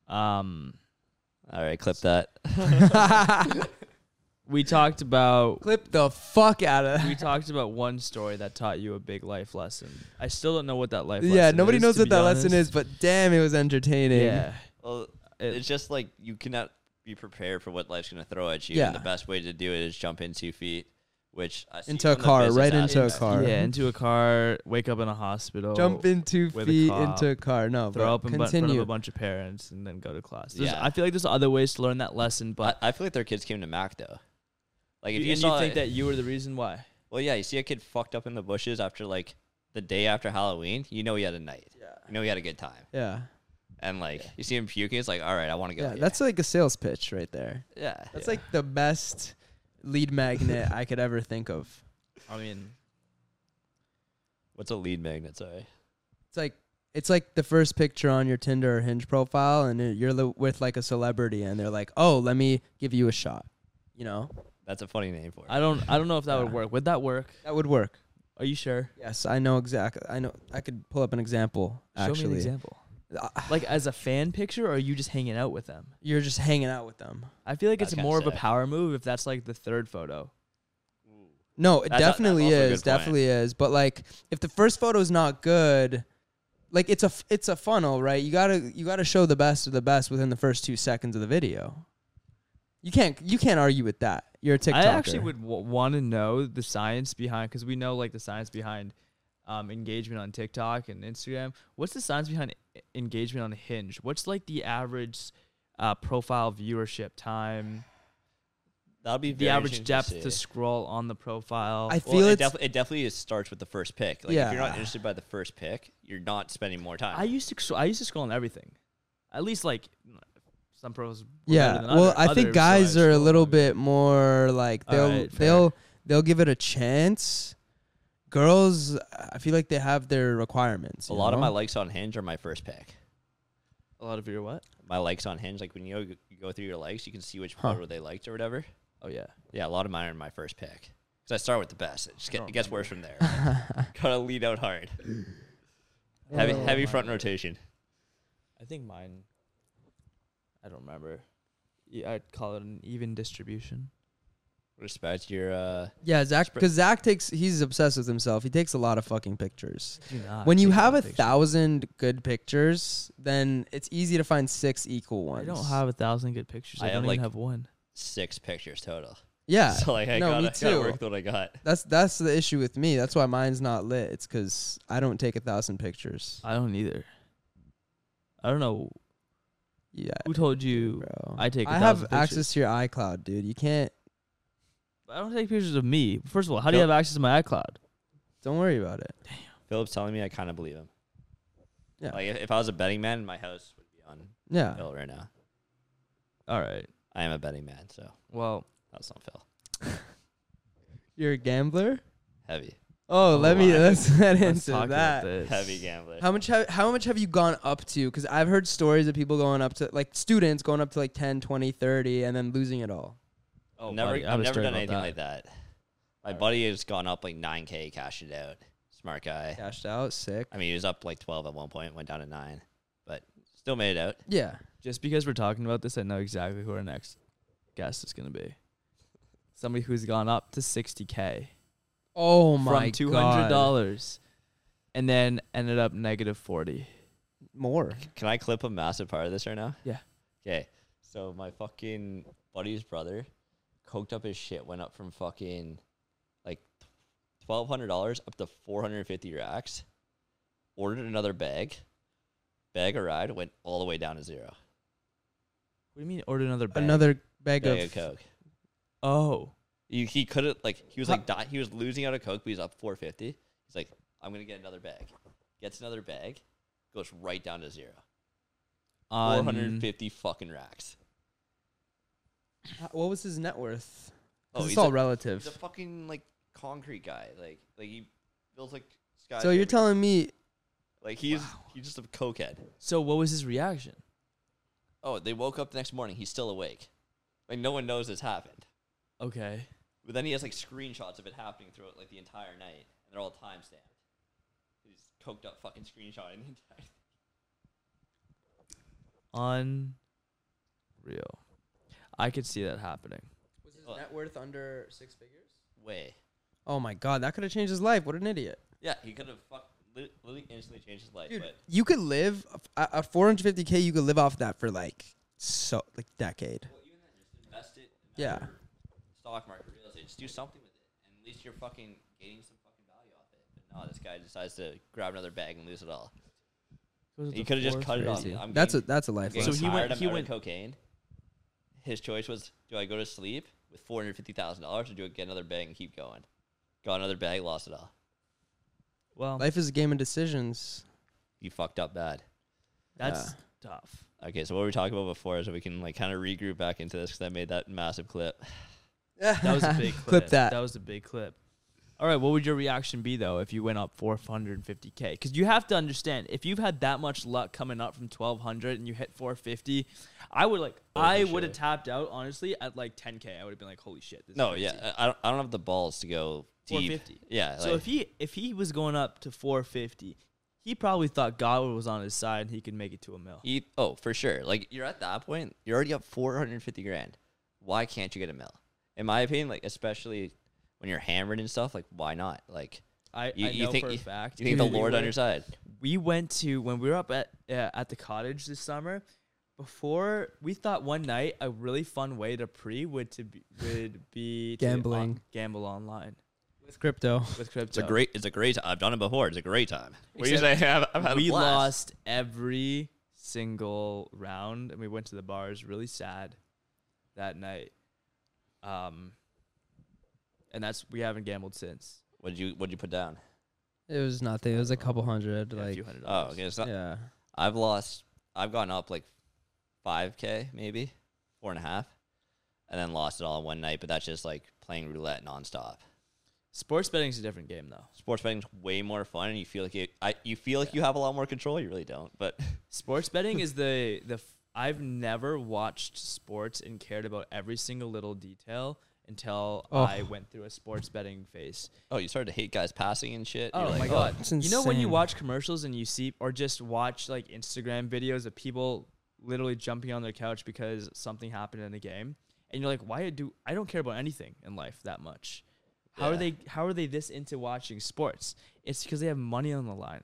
S1: Um,
S3: all right, clip that.
S1: we talked about
S2: Clip the fuck out of.
S1: we talked about one story that taught you a big life lesson. I still don't know what that life lesson
S2: Yeah, nobody
S1: is,
S2: knows
S1: to
S2: what
S1: be
S2: that lesson
S1: honest.
S2: is, but damn, it was entertaining.
S1: Yeah.
S3: Well,
S1: It-
S3: it's just like you cannot be prepared for what life's gonna throw at you.
S2: Yeah.
S3: And the best way to do it is jump in two feet, which I see
S2: Into a
S3: from the
S2: car,
S3: business
S2: right into a
S3: aspect.
S2: car.
S1: Yeah, into a car, wake up in a hospital,
S2: Jump in two
S1: with a
S2: feet
S1: cop,
S2: into a car. No,
S1: throw
S2: but
S1: up in bu- front of
S2: continue.
S1: a bunch of parents, and then go to class. There's-
S3: Yeah.
S1: I feel like there's other ways to learn that lesson, but
S3: But I, I feel like their kids came to Mac though. Like if
S1: you,
S3: you,
S1: and
S3: saw
S1: you think
S3: it-
S1: that you were the reason why.
S3: Well, yeah, you see a kid fucked up in the bushes after like the day after Halloween, you know he had a night. You know he had a good time.
S2: yeah,
S3: And like you see him puking, it's like, all right, I want to go.
S2: yeah,
S3: here."
S2: that's like a sales pitch right there.
S3: yeah.
S2: That's like the best lead magnet I could ever think of.
S1: I mean,
S3: what's a lead magnet? Sorry.
S2: It's like it's like the first picture on your Tinder or Hinge profile, and it- you're li- with like a celebrity, and they're like, "Oh, let me give you a shot." You know,
S3: That's a funny name for it.
S1: I don't, I don't know if that would
S2: Yeah.
S1: work. Would that work?
S2: that would work.
S1: Are you sure?
S2: Yes, I know exactly. I know. I could pull up an example. Actually,
S1: Show me an example.
S2: Ah,
S1: Like as a fan picture, or are you just hanging out with them?
S2: you're just hanging out with them.
S1: I feel like
S3: That's
S1: it's
S3: kinda
S1: more of a
S3: sick.
S1: power move if that's like the third photo.
S2: No, it
S3: That's a- that's
S2: definitely
S3: also
S2: is.
S3: a good point.
S2: Definitely is. But like, if the first photo is not good, like it's a f- it's a funnel, right? You gotta you gotta show the best of the best within the first two seconds of the video. You can't you can't argue with that. You're a TikToker.
S1: I actually would w- want to know the science behind because we know like the science behind um, engagement on TikTok and Instagram. What's the science behind e- engagement on Hinge? What's like the average uh, profile viewership time?
S3: That'll be
S1: The
S3: very
S1: average
S3: interesting
S1: depth to,
S3: see.
S1: scroll on the profile.
S2: I
S3: Well,
S2: feel
S3: it,
S2: it's
S3: defi- it definitely is- starts with the first pick. Like if you're
S2: Yeah.
S3: not interested by the first pick, you're not spending more time.
S1: I used to scro- I used to scroll on everything, at least like some pros. were
S2: yeah.
S1: better than
S2: Well,
S1: other-
S2: I
S1: others,
S2: think
S1: so
S2: guys are a
S1: scroll
S2: little
S1: on-
S2: bit more like they'll
S1: Alright, fair.
S2: they'll they'll give it a chance. Girls, I feel like they have their requirements.
S3: a
S2: you
S3: lot of
S2: know?
S3: my likes on Hinge are my first pick.
S1: A lot of your what?
S3: My likes on Hinge, like when you go, you go through your likes, you can see which
S2: Huh.
S3: photo they liked or whatever.
S1: Oh yeah.
S3: Yeah, a lot of mine are my first pick because I start with the best. It just get,
S2: Oh,
S1: don't
S3: it gets worse
S2: *laughs*
S3: from there. Gotta lead out hard. heavy
S1: Oh
S3: heavy
S1: my
S3: front
S1: God.
S3: rotation.
S1: I think mine. I don't remember. Yeah, I'd call it an even distribution.
S3: Respect your. uh
S2: Yeah, Zach.
S3: Spr-
S2: Because Zach takes, he's obsessed with himself. He takes a lot of fucking pictures.
S1: Do not
S2: when you
S1: take
S2: have
S1: that
S2: a
S1: picture.
S2: thousand good pictures, then it's easy to find six equal
S1: I
S2: ones.
S1: don't have a thousand good pictures. I,
S3: I have,
S1: don't
S3: like,
S1: even have one.
S3: Six pictures total.
S1: *laughs*
S2: Yeah,
S3: *laughs* so like I
S2: no,
S3: gotta,
S2: me
S3: gotta
S2: too.
S3: work with what I got.
S2: that's that's the issue with me. That's why mine's not lit. It's because I don't take a thousand pictures.
S1: I don't either. I don't know
S2: Yeah,
S1: who told you.
S2: bro.
S1: I take a
S2: I have
S1: thousand
S2: access to your iCloud, dude. You can't.
S1: I don't take pictures of me. First of all, how do you
S3: Don't-
S1: have access to my iCloud?
S2: Don't worry about it.
S3: Philip's telling me I kind of believe him.
S2: Yeah.
S3: Like if, if I was a betting man, my house would be on
S2: Yeah.
S3: Phil right now.
S1: All right.
S3: I am a betting man, so
S1: Well,
S3: that's not Phil.
S2: You're a gambler.
S3: Heavy,
S2: Oh,
S1: Oh,
S2: let me
S1: I- *laughs*
S2: let's let
S1: let's
S2: into
S1: talk about
S2: that.
S1: this.
S3: heavy gambler.
S2: How much have, how much have you gone up to? Because I've heard stories of people going up to like students going up to like 10, 20, 30 and then losing it all.
S1: Oh,
S3: never,
S1: buddy, I have
S3: I've
S1: a
S3: never
S1: story
S3: done
S1: about
S3: anything
S1: that.
S3: like that. My
S1: Alright.
S3: buddy has gone up like nine k, cashed it out. Smart guy.
S2: Cashed out, sick.
S3: I mean, he was up like twelve at one point, went down to nine, but still made it out.
S2: Yeah.
S1: Just because we're talking about this, I know exactly who our next guest is going to be. Somebody who's gone up to 60K.
S2: Oh my
S1: from two hundred
S2: god.
S1: dollars, and then ended up negative forty.
S2: more.
S3: Can I clip a massive part of this right now?
S1: Yeah.
S3: Okay. So my fucking buddy's brother coked up his shit, went up from fucking like twelve hundred dollars up to four hundred and fifty racks, ordered another bag, bag arrived, went all the way down to zero.
S1: What do you mean? Order another bag?
S2: Another bag
S3: Bag
S2: of
S3: of coke.
S1: Oh,
S3: He, he could have like he was
S2: Huh.
S3: like di- he was losing out of coke, but he's up four fifty. He's like, I'm gonna get another bag. Gets another bag, goes right down to zero. Four
S1: on
S3: hundred and fifty fucking racks.
S2: What was his net worth?
S3: Oh,
S2: it's
S3: he's
S2: all
S3: a-
S2: relative.
S3: He's a fucking like concrete guy. Like like he builds like skyscrapers.
S2: So you're telling me
S3: like he's he's just a cokehead.
S1: So what was his reaction?
S3: Oh, they woke up the next morning. He's still awake. Like no one knows this happened.
S1: Okay.
S3: But then he has like screenshots of it happening throughout like the entire night, and they're all time stamped. He's coked up fucking screenshotting the entire. *laughs* Thing.
S1: Unreal. I could see that happening.
S2: was his
S3: net
S2: worth under six figures?
S3: Way.
S2: Oh my god, that could have changed his life. What an idiot.
S3: Yeah, he could have fuck lit- literally instantly changed his life.
S2: Dude,
S3: but
S2: you could live a, a 450k you could live off that for like so like decade.
S3: well, even then, just invest it. in
S2: Yeah.
S3: other Stock market, real estate. Just do something with it, and at least you're fucking gaining some fucking value off it. But no, this guy decides to grab another bag and lose it all. He could have just cut it off. I'm
S2: That's a
S3: getting-
S2: that's a life.
S3: Okay,
S1: So
S3: so
S1: he
S3: he
S1: went-
S3: went.
S1: he went-
S3: cocaine. His choice was: Do I go to sleep with four hundred fifty thousand dollars, or do I get another bag and keep going? Got another bag, lost it all.
S1: Well,
S2: Life is a game of decisions.
S3: You fucked up bad.
S1: that's tough.
S3: Okay, so what we were talking about before is that we can like kind of regroup back into this because I made that massive clip.
S1: That was a big clip.
S2: Clip that.
S1: That was a big clip. All right, what would your reaction be though if you went up 450k? Because you have to understand, if you've had that much luck coming up from 1200 and you hit 450, I would like,
S3: Oh, for
S1: I would have
S3: sure.
S1: tapped out honestly at like 10k. I would have been like, holy shit. This
S3: No,
S1: is
S3: yeah,
S1: crazy.
S3: I I don't, I don't have the balls to go deep.
S1: 450.
S3: Yeah,
S1: So
S3: like-
S1: if he if he was going up to 450, he probably thought God was on his side and he could make it to a mill.
S3: Eat, oh, for sure. Like you're at that point, you're already up four hundred and fifty grand. Why can't you get a mill? In my opinion, like especially when you're hammered and stuff, like why not? Like
S1: I,
S3: you,
S1: I
S3: you
S1: know
S3: think
S1: for a
S3: you-
S1: fact.
S3: you think the
S1: we
S3: Lord on
S1: were-
S3: your side?
S1: we went to when we were up at uh, at the cottage this summer. Before we thought one night a really fun way to pre would to be, would be to on-
S2: Gambling.
S1: gamble online
S2: With crypto.
S1: with crypto.
S3: It's a great, it's a great. I've done it before. It's a great time. What do you say?
S1: Except
S3: *laughs* I've, I've had a
S1: We
S3: blast.
S1: lost every single round, and we went to the bars. Really sad that night. Um, and that's we haven't gambled since.
S3: What did you What did you put down?
S2: It was nothing. It was a couple hundred
S1: Yeah, a
S2: like
S1: few hundred
S3: Oh,
S1: dollars.
S3: okay. It's not,
S2: yeah.
S3: I've lost. I've gone up like five k, maybe four and a half, and then lost it all in one night. But that's just like playing roulette nonstop.
S1: Sports betting's a different game though.
S3: Sports betting's way more fun, and you feel like you, I, you feel like you have a lot more control. You really don't, but *laughs*
S1: Sports betting is the the f- I've never watched sports and cared about every single little detail until
S2: Oh.
S1: I went through a sports betting phase.
S3: oh, you started to hate guys passing and shit.
S1: Oh
S3: You're like,
S1: my god!
S2: It's
S1: you know when you
S2: insane.
S1: watch commercials and you see or just watch like Instagram videos of people literally jumping on their couch because something happened in a game, and you're like, why do I don't care about anything in life that much? How are
S3: Yeah.
S1: they? How are they this into watching sports? It's because they have money on the line.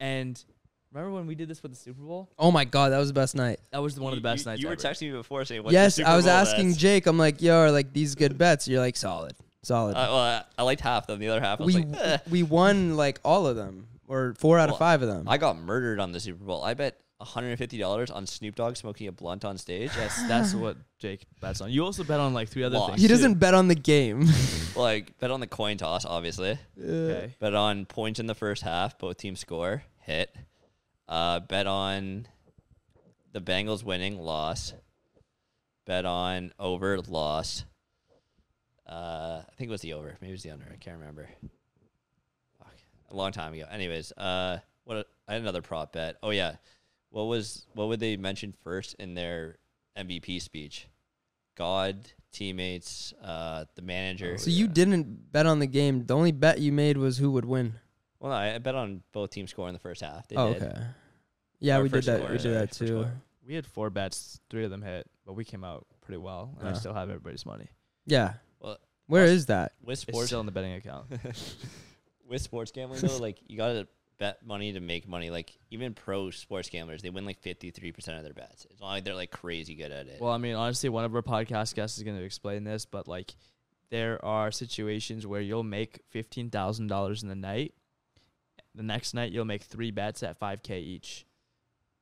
S1: And remember when we did this with the Super Bowl?
S2: Oh my god, that was the best night.
S1: That was one of the
S3: You-
S1: best
S3: you,
S1: nights.
S3: You were
S1: ever.
S3: texting me before saying, What's your
S2: yes,
S3: Super
S2: I was
S3: Bowl
S2: asking
S3: bets?"
S2: Jake. I'm like, "Yo, are like these good bets?" You're like, "Solid. Solid."
S3: Uh, well, I, I liked half of them. The other half, I was
S2: we
S3: like, "Eh."
S2: we won like all of them or four out of
S3: Well,
S2: five of them.
S3: I got murdered on the Super Bowl. I bet $150 on Snoop Dogg smoking a blunt on stage.
S1: Yes, that's
S2: *sighs*
S1: what Jake bets on. You also bet on like three other
S3: Lost.
S1: things.
S2: he
S1: too.
S2: doesn't bet on the game. *laughs*
S3: like, bet on the coin toss, obviously.
S1: Okay.
S3: Bet on points in the first half, both teams score, hit. Uh, bet on the Bengals winning, loss. Bet on over, loss. Uh, I think it was the over. Maybe it was the under. I can't remember. Fuck. A long time ago. Anyways, uh, what a- I had another prop bet. Oh yeah, what was what would they mention first in their MVP speech? God, teammates, uh, the manager.
S2: so you didn't bet on the game. The only bet you made was who would win.
S3: Well, no, I I bet on both teams scoring the first half. They
S2: oh,
S3: did.
S2: okay. Yeah,
S3: Or
S2: we did
S3: first
S2: that.
S3: score,
S2: we did
S3: sorry,
S2: that
S3: first
S2: too.
S3: score.
S1: We had four bets, three of them hit, but we came out pretty well, and I
S2: Yeah.
S1: still have everybody's money.
S2: Yeah.
S3: Well,
S2: Where
S3: us-
S2: is that?
S3: With
S1: It's
S3: sports,
S1: still in the betting account.
S3: *laughs* with sports gambling though, like you gotta bet money to make money. Like even pro sports gamblers, they win like fifty three percent of their bets. It's not like they're like crazy good at it.
S1: well, I mean, honestly, one of our podcast guests is going to explain this, but like, there are situations where you'll make fifteen thousand dollars in the night. The next night, you'll make three bets at five k each.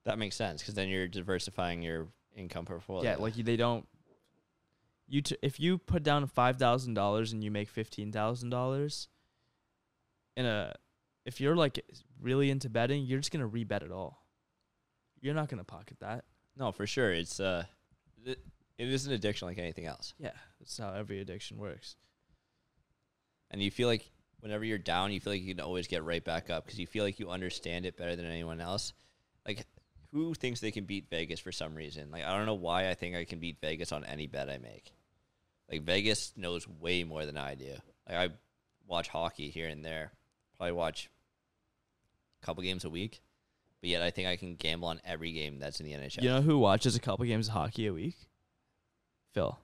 S3: that makes sense because then you're diversifying your income portfolio.
S1: yeah, like they don't. You t- if you put down five thousand dollars and you make fifteen thousand dollars, in a if you're like really into betting, you're just gonna rebet it all. You're not gonna pocket that.
S3: no, for sure. It's uh, th- it is an addiction like anything else.
S1: Yeah, that's how every addiction works.
S3: And you feel like whenever you're down, you feel like you can always get right back up because you feel like you understand it better than anyone else. Like, who thinks they can beat Vegas for some reason? Like, I don't know why I think I can beat Vegas on any bet I make. Like, Vegas knows way more than I do. Like, I watch hockey here and there, probably watch a couple games a week, but yet I think I can gamble on every game that's in the NHL.
S1: You know who watches a couple games of hockey a week? Phil.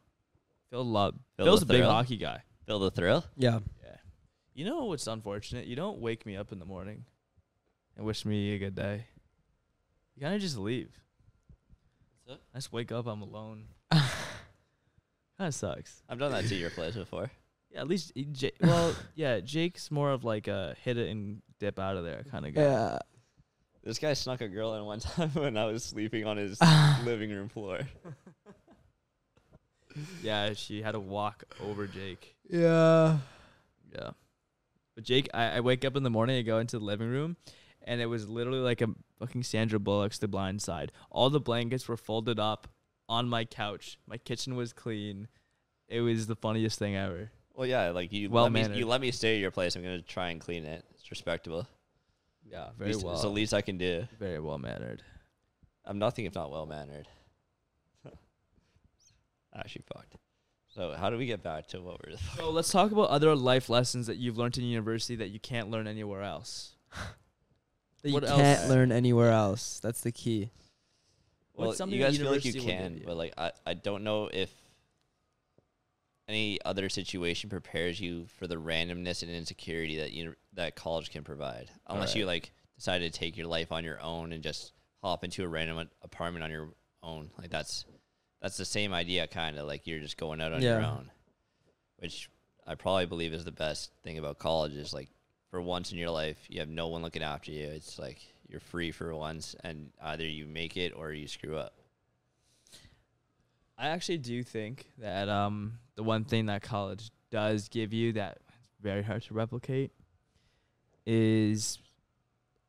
S1: Phil love.
S3: Phil
S1: Phil's a big
S3: Lathrill?
S1: hockey guy.
S3: Feel the thrill?
S2: Yeah.
S1: Yeah. You know what's unfortunate? You don't wake me up in the morning and wish me a good day. You kind of just leave.
S3: What's
S1: I just wake up, I'm alone. kind of sucks.
S3: I've done that to
S1: *laughs*
S3: your place before.
S1: Yeah, at least he- Ja- well, yeah, Jake's more of like a hit it and dip out of there kind of guy.
S2: Yeah.
S3: This guy snuck a girl in one *laughs* time when I was sleeping
S1: *sighs*
S3: on his living room floor.
S1: Yeah, she had to walk over Jake.
S2: Yeah.
S1: Yeah. But Jake, I, I wake up in the morning, I go into the living room, and it was literally like a fucking Sandra Bullock's The Blind Side. All the blankets were folded up on my couch. My kitchen was clean. It was the funniest thing ever.
S3: Well, yeah, like you
S1: Well
S3: let me
S1: mannered.
S3: you let me stay at your place. I'm gonna try and clean it. It's respectable.
S1: Yeah, very
S3: Least-
S1: well.
S3: It's the least I can do.
S1: very well mannered.
S3: I'm nothing if not well *laughs* mannered. Actually, Ah, fucked. So how do we get back to what we're?
S1: So let's talk about other life lessons that you've learned in university that you can't learn anywhere else.
S2: That you
S1: What
S2: can't
S1: else?
S2: learn anywhere else. That's the key.
S1: What's
S3: Well,
S1: something
S3: you guys
S1: that
S3: feel like you
S1: university will give
S3: can,
S1: you?
S3: but like I, I don't know if any other situation prepares you for the randomness and insecurity that you that college can provide, unless you like decide to take your life on your own and just hop into a random a- apartment on your own. Like that's that's the same idea, kind of like you're just going out on your
S2: Yeah.
S3: own, which I probably believe is the best thing about college is like for once in your life you have no one looking after you. It's like you're free for once, and either you make it or you screw up.
S1: I actually do think that um, the one thing that college does give you that it's very hard to replicate is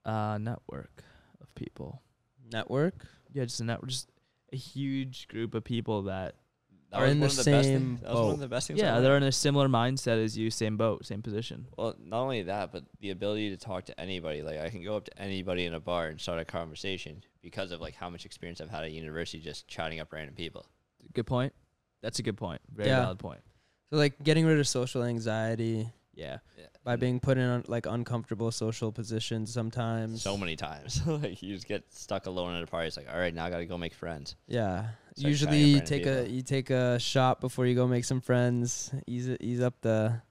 S1: a network of people.
S2: Network.
S1: Yeah, just a network, just a huge group of people that
S3: That
S2: Are
S3: was
S2: in
S3: one
S2: the
S3: of the best
S2: same
S3: things. That was one
S2: boat.
S3: of the best things. I
S1: yeah,
S3: learned.
S1: they're in a similar mindset as you, same boat, same position.
S3: Well, not only that, but the ability to talk to anybody. Like I can go up to anybody in a bar and start a conversation because of like how much experience I've had at university just chatting up random people.
S1: Good point. That's a good point. Very
S2: Yeah.
S1: valid point.
S2: So like getting rid of social anxiety
S1: Yeah.
S2: by being put in un- like uncomfortable social positions sometimes.
S3: So many times, *laughs* like you just get stuck alone at a party. It's like, all right, now I gotta go make friends.
S2: Yeah.
S3: Start
S2: Usually
S3: chatting
S2: you
S3: up random
S2: take a
S3: people.
S2: you take a shot before you go make some friends. Ease it, ease up the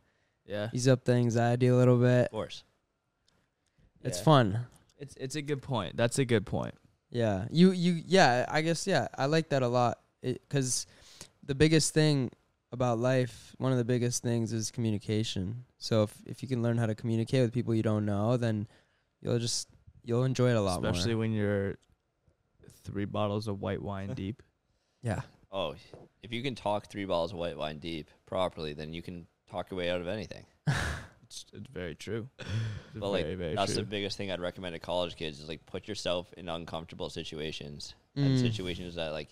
S1: Yeah.
S2: ease up the anxiety a little bit.
S3: Of course,
S2: It's
S1: Yeah.
S2: fun.
S1: It's it's a good point. That's a good point.
S2: Yeah. You you yeah, I guess yeah. I like that a lot It cuz the biggest thing about life, one of the biggest things is communication. So if if you can learn how to communicate with people you don't know, then you'll just you'll enjoy it a lot
S1: Especially
S2: more.
S1: when you're three bottles of white wine deep.
S2: Yeah.
S3: Oh, if you can talk three bottles of white wine deep properly, then you can talk your way out of anything.
S1: It's, it's very
S2: *laughs*
S1: true. It's
S3: But like
S1: very, very
S3: that's
S1: true.
S3: the biggest thing I'd recommend to college kids is like put yourself in uncomfortable situations and
S2: Mm.
S3: situations that like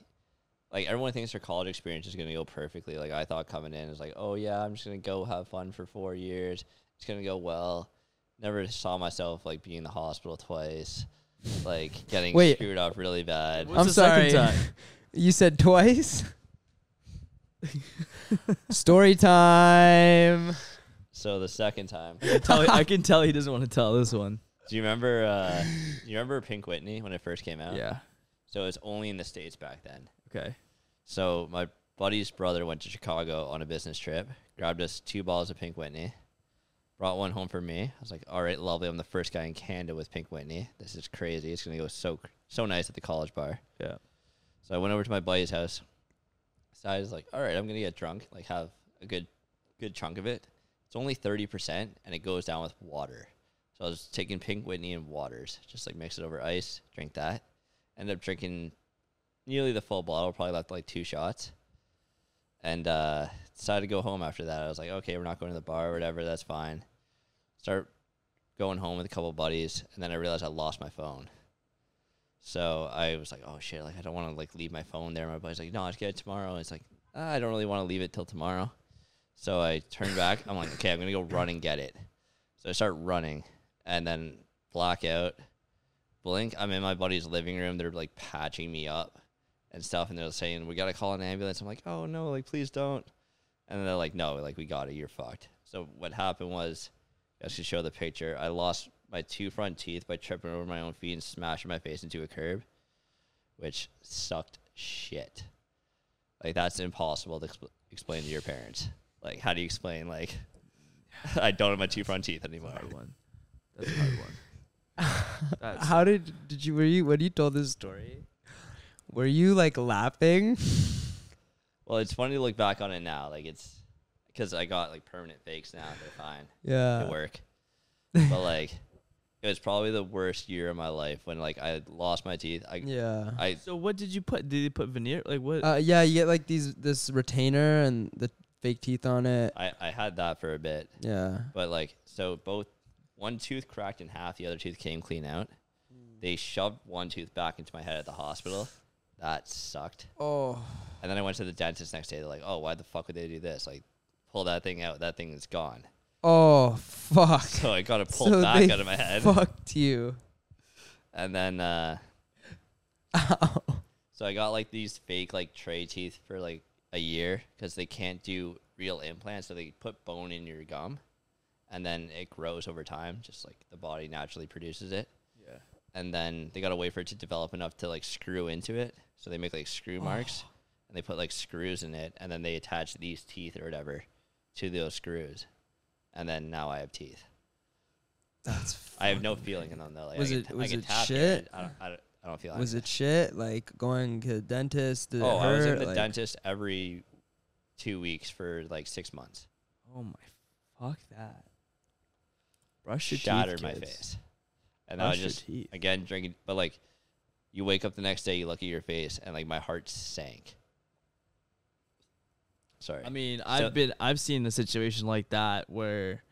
S3: like everyone thinks their college experience is gonna go perfectly. Like I thought coming in is like, oh yeah, I'm just gonna go have fun for four years. It's gonna go well. Never saw myself like being in the hospital twice, like getting
S2: Wait.
S3: screwed up really bad.
S1: What's
S2: I'm
S1: the second
S2: sorry.
S3: *laughs*
S1: time?
S2: You said twice? *laughs* Story time.
S3: So the second time,
S1: I can tell- I can tell he doesn't want to tell this one.
S3: do you remember? Uh, do you remember Pink Whitney when it first came out?
S1: Yeah.
S3: So it was only in the states back then.
S1: Okay.
S3: So my buddy's brother went to Chicago on a business trip, grabbed us two bottles of Pink Whitney, brought one home for me. I was like, "All right, lovely. I'm the first guy in Canada with Pink Whitney. This is crazy. It's gonna go so cr- so nice at the college bar."
S1: Yeah.
S3: So I went over to my buddy's house. So I was like, "All right, I'm gonna get drunk. Like have a good good chunk of it. It's only thirty percent, and it goes down with water." So I was taking Pink Whitney and waters, just like mix it over ice, drink that. Ended up drinking nearly the full bottle. Probably left like two shots. And uh, decided to go home after that. I was like, okay, we're not going to the bar or whatever. That's fine. Start going home with a couple buddies. And then I realized I lost my phone. So I was like, oh shit, like I don't want to like leave my phone there. My buddy's like, no, I'll get it tomorrow. And it's like, ah, I don't really want to leave it till tomorrow. So I turn back. I'm like, okay, I'm gonna go run and get it. So I start running and then block out, blink. I'm in my buddy's living room. They're like patching me up and stuff, and they're saying we gotta call an ambulance. I'm like, oh no, like please don't. And they're like, no, like we got it. You're fucked. So what happened was, I should show the picture. I lost my two front teeth by tripping over my own feet and smashing my face into a curb, which sucked shit. Like that's impossible to expl- explain to your parents. Like, how do you explain like *laughs* I don't have my two front teeth anymore?
S1: hard one. That's a hard one.
S3: *laughs*
S1: That's *laughs*
S2: How did did you were you when you told this story? Were you like laughing? *laughs*
S3: Well, it's funny to look back on it now. Like it's because I got like permanent fakes now. They're fine.
S2: Yeah. *laughs*
S3: They work. But like, it was probably the worst year of my life when like I lost my teeth. I
S2: Yeah.
S3: I
S1: so what did you put? Did you put veneer? Like
S3: *laughs*
S1: what?
S2: Uh, yeah, you get like these this retainer and the fake teeth on it.
S3: I, I had that for a bit.
S2: Yeah.
S3: But like, so both one tooth cracked in half, the other tooth came clean out.
S2: Mm.
S3: They shoved one tooth back into my head at the hospital. That sucked.
S2: Oh.
S3: And then I went to the dentist next day. They're like, "Oh, why the fuck would they do this? Like, pull that thing out. That thing is gone." *laughs*
S2: Oh fuck. *laughs*
S3: So I got it pulled
S2: So
S3: back
S2: they
S3: out of my head,
S2: Fucked you.
S3: and then
S2: *laughs*
S3: uh,
S2: Ow.
S3: so I got like these fake like tray teeth for like a year because they can't do real implants. So they put bone in your gum, and then it grows over time, just like the body naturally produces it.
S1: yeah.
S3: and then they gotta wait for it to develop enough to like screw into it. So they make like screw
S2: Oh.
S3: marks, and they put like screws in it, and then they attach these teeth or whatever to those screws, and then now I have teeth.
S2: That's
S3: *laughs* I have no feeling in them though. Like,
S2: Was
S3: I
S2: it-
S3: can,
S2: was
S3: I can
S2: it
S3: tap
S2: shit?
S3: I don't, I don't. I don't feel.
S2: was
S3: anything.
S2: it shit? Like going to the dentist? Did
S3: Oh,
S2: it
S3: I was in
S2: hurt?
S3: the
S2: Like-
S3: dentist every two weeks for like six months.
S1: Oh my, fuck that. Brush your
S3: Shattered
S1: teeth.
S3: my
S1: kids.
S3: face, and then I
S1: Brush
S3: was
S1: your
S3: just
S1: teeth.
S3: again drinking. But like, you wake up the next day, you look at your face, and like my heart sank. Sorry.
S1: I mean,
S3: So-
S1: I've been I've seen a situation like that where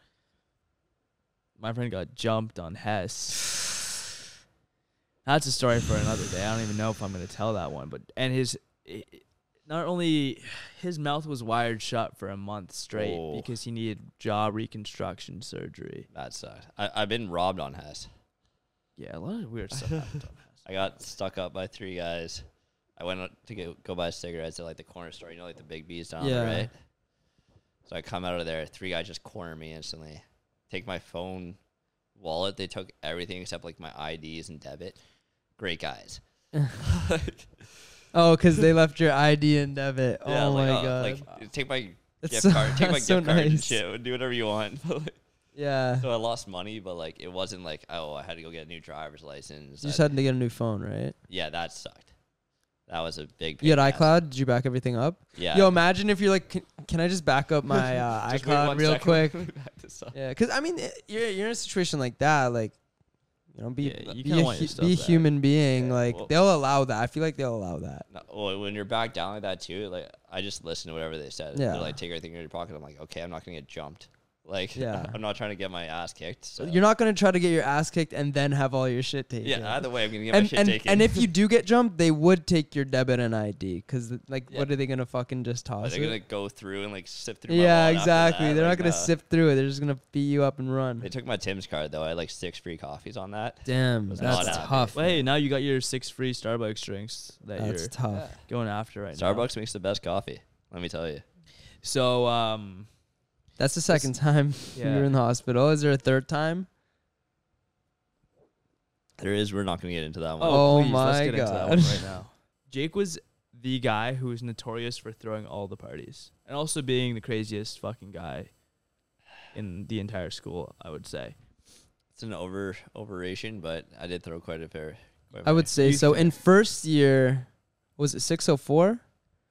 S1: my friend got jumped on Hess. That's a story for another day. I don't even know if I'm going to tell that one, but and his i- i- not only his mouth was wired shut for a month straight
S3: Oh.
S1: because he needed jaw reconstruction surgery.
S3: That sucked. I, I've been robbed on Hess.
S1: Yeah, a lot of weird stuff
S3: *laughs*
S1: happened on Hess.
S3: I got stuck up by three guys. I went out to go, go buy cigarettes at like the corner store, you know, like the big bees down there,
S2: Yeah.
S3: right? So I come out of there, three guys just corner me instantly. Take my phone, wallet. They took everything except like my IDs and debit. Great
S2: *laughs*
S3: guys. *laughs*
S2: Oh, because they left your ID and debit.
S3: Yeah,
S2: oh
S3: like,
S2: my
S3: oh,
S2: god.
S3: Like, take my
S2: That's
S3: gift
S2: so- *laughs*
S3: card. Take my
S2: that's so
S3: gift card and
S2: nice.
S3: shit. Do whatever you want. *laughs*
S2: yeah.
S3: so I lost money, but like it wasn't like oh I had to go get a new driver's license.
S2: you
S3: I-
S2: just had to get a new phone, right?
S3: Yeah, that sucked. That was a big.
S2: You had
S3: pain in the ass.
S2: iCloud. Did you back everything up?
S3: Yeah.
S2: Yo, imagine if you're like, can, can I just back
S3: *laughs*
S2: up my uh,
S3: Just wait
S2: iCloud
S3: one
S2: real
S3: second. *laughs*
S2: quick?
S3: Back this up.
S2: Yeah, because I mean, i- you're you're in a situation like that, like you know, be
S1: Yeah, you
S2: be,
S1: kinda
S2: a,
S1: want your
S2: hu-
S1: stuff
S2: be a
S1: back.
S2: human being.
S3: Yeah,
S2: like
S3: well-
S2: they'll allow that. I feel like they'll allow that.
S3: No, well, when you're back down like that too, like I just listened to whatever they said.
S2: Yeah.
S3: They're like, take everything in your pocket. I'm like, okay, I'm not gonna get jumped. Like,
S2: Yeah.
S3: *laughs* I'm not trying to get my ass kicked. So.
S2: You're not gonna try to get your ass kicked and then have all your shit taken.
S3: Yeah, either way, I'm gonna get my
S2: and
S3: shit
S2: and,
S3: taken.
S2: and if
S3: *laughs*
S2: you do get jumped, they would take your debit and ID because like,
S3: Yeah.
S2: what are they gonna fucking just
S3: are
S2: toss?
S3: they
S2: it?
S3: gonna go through and like sift through? my
S2: yeah,
S3: wallet after
S2: exactly.
S3: that?
S2: They're
S3: Like,
S2: not gonna
S3: nah.
S2: sift through it. They're just gonna beat you up and
S3: They
S2: run.
S3: took my Tim's card though. I had like six free coffees on that.
S2: Damn,
S3: was
S2: that's
S3: not happy.
S2: tough.
S1: Well, hey, now you got your six free Starbucks drinks that
S2: that's
S1: you're
S2: tough.
S1: going after right now.
S3: Starbucks makes the best coffee. Let me tell you.
S1: So, um,
S2: That's the second time *laughs* you
S1: yeah.
S2: were in the hospital. Is there a third time?
S3: There is. We're not gonna get into that one.
S1: Oh,
S2: Oh
S1: please, let's
S2: my
S1: get into that
S2: God.
S1: one
S2: *laughs*
S1: right now. Jake was the guy who was notorious for throwing all the parties and also being the craziest fucking guy in the entire school. I would say.
S3: It's an over overration, but I did throw quite a fair. Quite a
S2: I would say
S3: fair-
S1: You
S2: so. In first year, was it 604?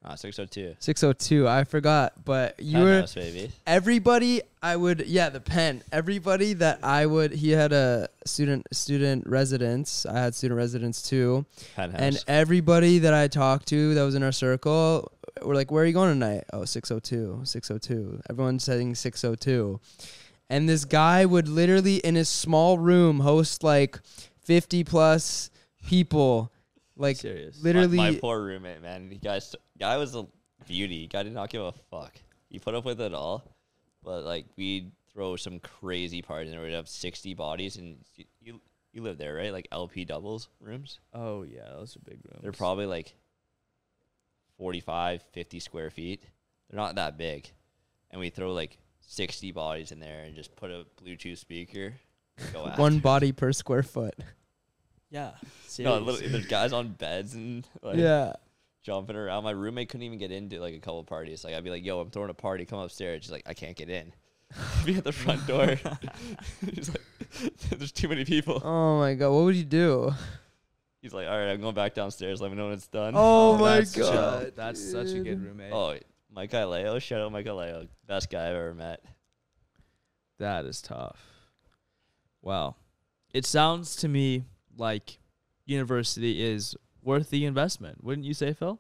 S3: Ah, six oh two.
S2: 602. I forgot, but you were
S3: Penthouse, baby.
S2: everybody. I would yeah, the pen. Everybody that I would. He had a student student residence. I had student residence too.
S3: Penthouse.
S2: And everybody that I talked to that was in our circle were like, Where are you going tonight? Oh, 602, 602. Everyone's saying 602. And this guy would literally, in his small room, host like 50 plus people, like
S1: Serious.
S3: My-
S2: literally.
S3: my, poor roommate, man. He guys, guy was a beauty. Guy did not give a fuck. He put up with it all, but like we'd throw some crazy parties and we'd have sixty bodies. And you, you, you live there, right? Like LP doubles rooms.
S1: Oh yeah, those are big rooms.
S3: They're probably like 45, 50 square feet. They're not that big, and we throw like sixty bodies in there and just put a Bluetooth speaker. and Go after.
S2: one body per square *laughs* foot.
S1: yeah.
S3: No,
S1: Serious.
S3: literally, there's guys on beds and like
S2: yeah.
S3: jumping around. My roommate couldn't even get into like a couple parties. Like I'd be like, "Yo, I'm throwing a party. Come upstairs." She's like, "I can't get in. *laughs* be at the front *laughs* door." He's like, *laughs* "There's too many people."
S2: Oh my god, what would you do?
S3: He's like, "All right, I'm going back downstairs. Let me know when it's done."
S2: Oh, my
S1: that's chill.
S2: god.
S1: that's such a
S2: dude.
S1: good roommate.
S3: Oh, Mike Ileo, shout out Mike Ileo, best guy I've ever met.
S1: That is tough. Wow. It sounds to me like university is worth the investment. Wouldn't you say, Phil?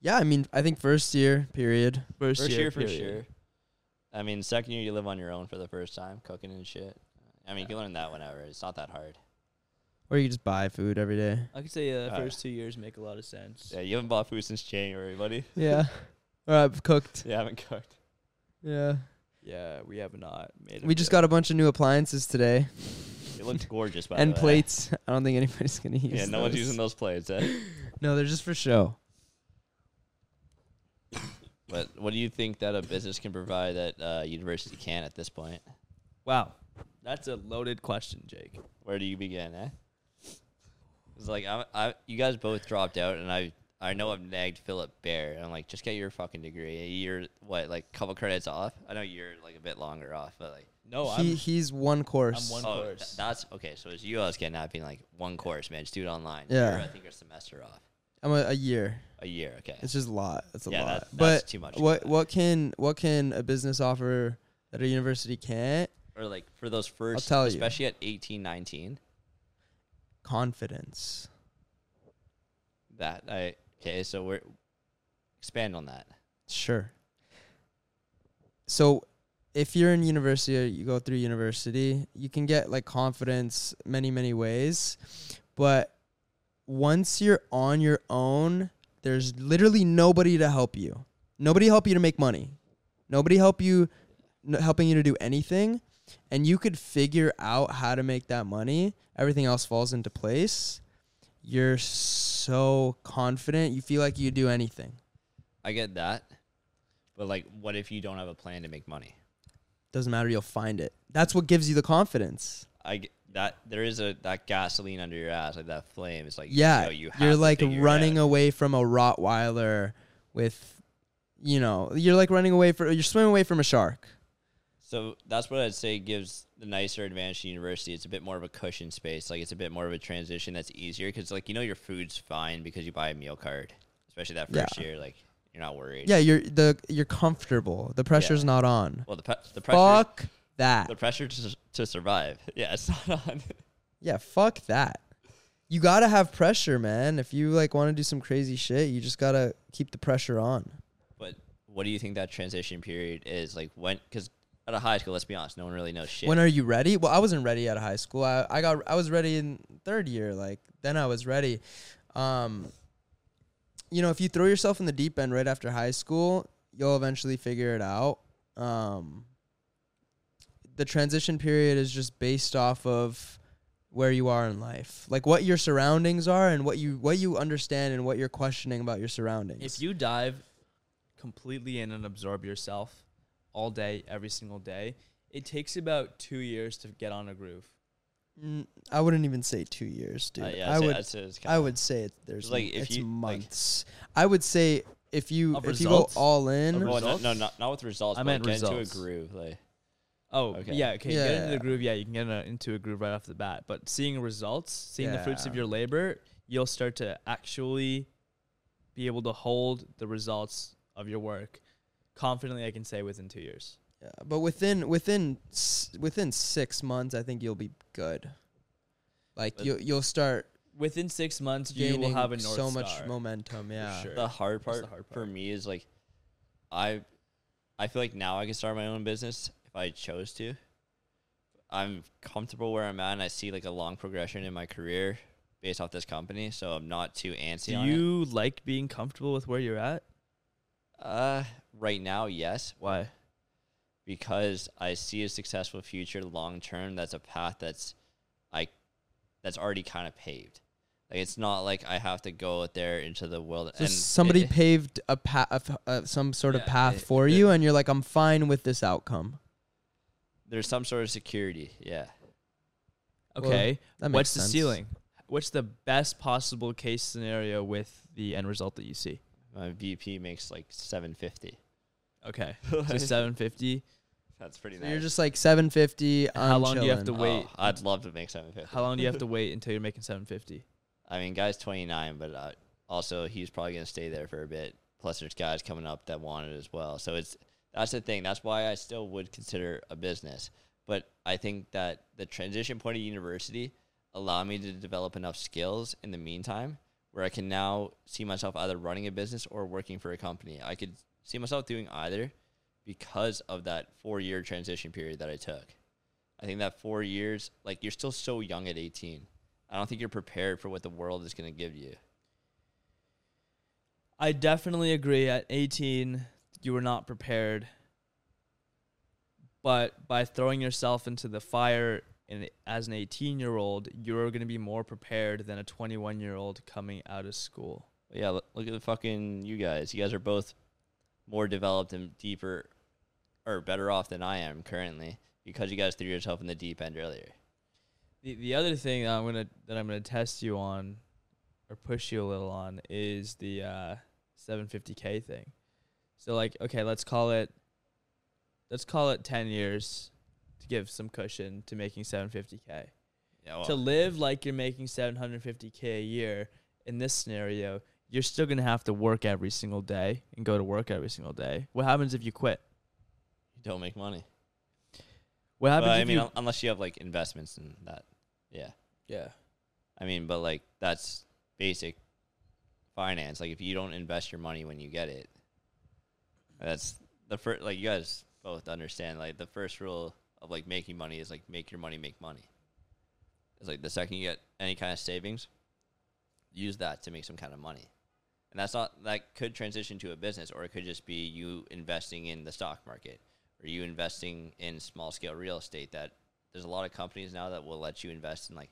S2: Yeah, I mean, I think first year period.
S3: First year, for
S1: period.
S3: sure. I mean, second year you live on your own for the first time, cooking and shit. I mean, you can learn that whenever. It's not that hard.
S2: Or you just buy food every day.
S1: I could say uh, the
S3: Uh,
S1: first two years make a lot of sense.
S3: Yeah, you haven't bought food since January, *laughs* buddy.
S2: Yeah. *laughs* or I've cooked.
S3: You haven't cooked.
S2: Yeah.
S1: Yeah, we have not made.
S2: We just got a bunch of new appliances today
S3: It looked gorgeous, by
S2: and
S3: the way.
S2: plates. *laughs* I don't think anybody's going to use
S3: Yeah, no one's
S2: those.
S3: using those plates, eh?
S2: No, they're just for show.
S3: But what do you think that a business can provide that uh, university can at this point?
S1: Wow, that's a loaded question, Jake.
S3: Where do you begin? Eh? It's like I'm, I, you guys both dropped out, and I, I know I've nagged Philip Bear, and I'm like, just get your fucking degree. A year, what, like a couple credits off? I know you're like a bit longer off, but like,
S1: No,
S2: he
S1: I'm
S2: he's one course.
S1: one-
S3: oh, th-
S1: course.
S3: that's okay. So it's you I was getting at being like one course, man. Just do it online.
S2: Yeah.
S3: You're, I think you're a semester off.
S2: I'm a, a year.
S3: A year, okay.
S2: It's just a lot. It's a
S3: Yeah,
S2: lot.
S3: that's- that's
S2: but
S3: too much.
S2: what what can what can a business offer that a university can't?
S3: or like for those 1st
S2: tell you.
S3: especially at 18, 19,
S2: Confidence.
S3: that I okay. So we're expand on that.
S2: Sure. So if you're in university or you go through university, you can get like confidence many, many ways. But once you're on your own, there's literally nobody to help you. Nobody help you to make money. Nobody help you n- helping you to do anything. And you could figure out how to make that money. Everything else falls into place. You're so confident. You feel like you do anything.
S3: I get that. But like what if you don't have a plan to make money?
S2: doesn't matter you'll find it that's what gives you the confidence
S3: I get that there is a that gasoline under your ass, like that flame. It's like
S2: yeah
S3: yo, you have
S2: you are
S3: to
S2: like
S3: figure it
S2: running
S3: out.
S2: away from a rottweiler with you know you're like running away for you're swimming away from a shark
S3: So that's what I'd say gives the nicer advantage to university. It's a bit more of a cushion space. Like it's a bit more of a transition that's easier because like you know your food's fine because you buy a meal card, especially that
S2: Yeah.
S3: first year. Like you're not worried.
S2: yeah you're the you're comfortable the pressure's
S3: Yeah.
S2: not on
S3: Well, the pe- the pressure
S2: fuck that
S3: the pressure to, s- to survive. *laughs* Yeah, it's not on.
S2: yeah fuck that you gotta have pressure man if you like want to do some crazy shit you just gotta keep the pressure on
S3: But what do you think that transition period is like? When because out of high school, let's be honest, no one really knows shit.
S2: When are you ready? Well, I wasn't ready out of high school. I, I got I was ready in third year. Like then I was ready. Um, you know, if you throw yourself in the deep end right after high school, you'll eventually figure it out. Um, the transition period is just based off of where you are in life, like what your surroundings are and what you what you understand and what you're questioning about your surroundings.
S1: If you dive completely in and absorb yourself all day, every single day, it takes about two years to get on a groove.
S2: Mm, I wouldn't even say two years, dude.
S3: Uh, yeah,
S2: I
S3: I'd say-
S2: would
S3: I'd say it's
S2: I
S3: kinda-
S2: would say it, there's
S3: Like,
S2: m-
S3: if
S2: it's
S3: you- like-
S2: months. I would say if you if
S1: Of
S2: you go
S1: results?
S2: all in,
S1: Of
S3: Well, no,
S1: Results?
S3: no, not, not with results.
S1: I
S3: but
S1: meant
S3: like get
S1: results.
S3: into a groove. Like
S1: Oh,
S3: Okay.
S1: yeah, okay. Get into
S2: Yeah.
S1: the groove. Yeah, you can get in a- into a groove right off the bat. But seeing results, seeing the fruits of
S2: Yeah.
S1: your labor, you'll start to actually be able to hold the results of your work confidently. I can say within two years.
S2: yeah, but within within s- within six months, I think you'll be good. Like
S3: But-
S2: you will you'll start
S1: Within six months, you
S2: gaining
S1: will have a north
S2: so much
S1: star.
S2: momentum. Yeah,
S1: sure.
S3: the hard
S1: That's
S3: part,
S1: the hard
S3: for
S1: part.
S3: me is like, I, I feel like now I can start my own business if I chose to. I'm comfortable where I'm at, and I see like a long progression in my career based off this company, so I'm not too antsy.
S1: Do
S3: on it.
S1: you like being comfortable with where you're at?
S3: Uh, right now, yes,
S1: Why?
S3: because I see a successful future long term. That's a path that's, I, that's already kind of paved. Like it's not like I have to go out there into the world.
S2: So somebody
S3: it-
S2: paved a path, uh, uh, some sort of
S3: Yeah,
S2: path
S3: it-
S2: for
S3: the-
S2: you, and you're like, I'm fine with this outcome.
S3: there's some sort of security. Yeah.
S2: Well,
S1: Okay.
S2: That makes
S1: What's the
S2: sense.
S1: ceiling? What's the best possible case scenario with the end result that you see?
S3: My VP makes like 750.
S1: *laughs* Okay. so 750.
S3: That's pretty
S2: So
S3: nice.
S2: you're just like 750.
S1: How
S2: I'm
S1: long do you have
S2: chilling.
S1: to wait?
S3: Oh, I'd love to make 750.
S1: How long do you have *laughs* to wait until you're making 750?
S3: I mean, guy's 29, but uh, also he's probably going to stay there for a bit. Plus, there's guys coming up that want it as well. So it's that's the thing. That's why I still would consider a business. But I think that the transition point of university allowed me to develop enough skills in the meantime where I can now see myself either running a business or working for a company. I could see myself doing either because of that four year transition period that I took. I think that four years, like you're still so young at 18. I don't think you're prepared for what the world is going to give you.
S1: I definitely agree. At 18, you were not prepared. But by throwing yourself into the fire in, as an 18 year old, you're going to be more prepared than a 21 year old coming out of school.
S3: But yeah, look, look at the fucking you guys. You guys are both more developed and deeper or better off than I am currently because you guys threw yourself in the deep end earlier.
S1: The, the other thing that I'm gonna that I'm gonna test you on, or push you a little on, is the uh, 750k thing. So like, okay, let's call it, let's call it 10 years to give some cushion to making 750k.
S3: Yeah, well,
S1: to live like you're making 750k a year in this scenario, you're still gonna have to work every single day and go to work every single day. What happens if you quit?
S3: you don't make money.
S1: What
S3: But
S1: happens
S3: I
S1: if
S3: mean,
S1: you?
S3: un- unless you have like investments and that. Yeah.
S1: yeah.
S3: I mean, but like that's basic finance. Like if you don't invest your money when you get it, that's the first. Like you guys both understand. Like the first rule of like making money is like make your money make money. It's like the second you get any kind of savings, use that to make some kind of money, and that's not that could transition to a business or it could just be you investing in the stock market or you investing in small scale real estate. That there's a lot of companies now that will let you invest in like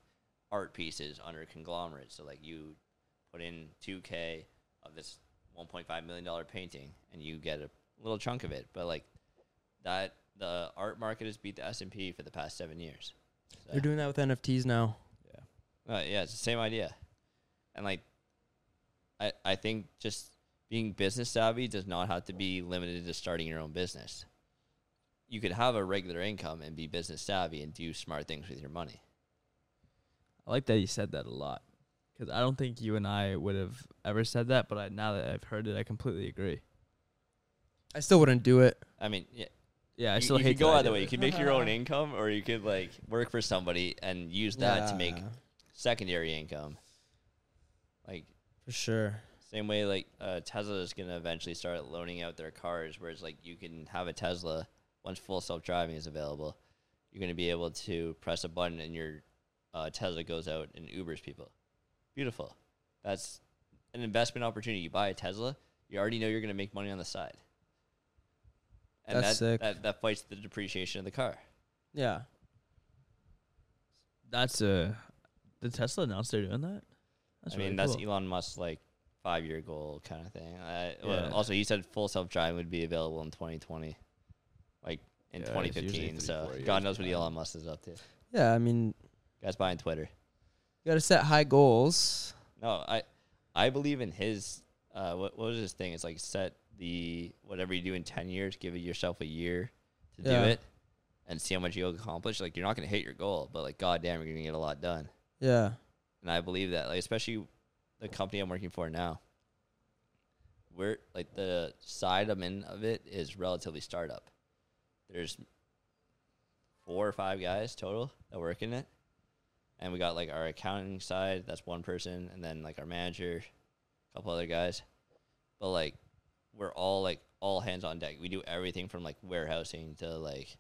S3: art pieces under conglomerates. So like you put in 2k of this 1.5 million dollar painting and you get a little chunk of it. But like that the art market has beat the S&P for the past 7 years. So,
S2: They're doing that with NFTs now.
S3: uh, yeah, it's the same idea. And like I I think just being business savvy does not have to be limited to starting your own business. You could have a regular income and be business savvy and do smart things with your money.
S1: I like that you said that a lot because I don't think you and I would have ever said that, but I, now that I've heard it, I completely agree.
S2: I still wouldn't do it.
S3: I mean, yeah,
S1: Yeah, I
S3: you,
S1: still
S3: you
S1: hate
S3: could go
S1: that
S3: either
S1: idea.
S3: way. You could make your own income, or you could like work for somebody and use that to make
S2: Yeah,
S3: secondary income. Like
S2: for sure.
S3: same way, like uh, Tesla is gonna eventually start loaning out their cars, where it's like you can have a Tesla once full self driving is available. You're gonna be able to press a button and your uh, Tesla goes out and Ubers people. Beautiful. That's an investment opportunity. You buy a Tesla, you already know you're gonna make money on the side. And
S2: That's
S3: that,
S2: sick.
S3: That, that fights the depreciation of the car.
S2: Yeah.
S1: That's a. Did Tesla announce they're doing that? That's
S3: I mean,
S1: really
S3: that's
S1: cool.
S3: Elon Musk's like five year goal kind of thing. Uh, well,
S1: Yeah.
S3: Also, he said full self driving would be available in 2020, like in
S1: Yeah, it's usually
S3: 2015.
S1: three,
S3: So
S1: four
S3: God
S1: years
S3: knows what
S1: behind.
S3: Elon Musk is up to.
S2: Yeah. I mean,
S3: Guys buying Twitter.
S2: you got to set high goals.
S3: No, I I believe in his. Uh, what, what was his thing? It's like set the whatever you do in 10 years, give yourself a year to
S2: Yeah.
S3: do it and see how much you'll accomplish. Like, you're not going to hit your goal, but like, goddamn, you're going to get a lot done.
S2: Yeah.
S3: and I believe that, like especially the company I'm working for now. We're like the side I'm in of it is relatively startup. There's four or five guys total that work in it, and we got like our accounting side that's one person, and then like our manager, a couple other guys, but like we're all like all hands on deck. We do everything from like warehousing to like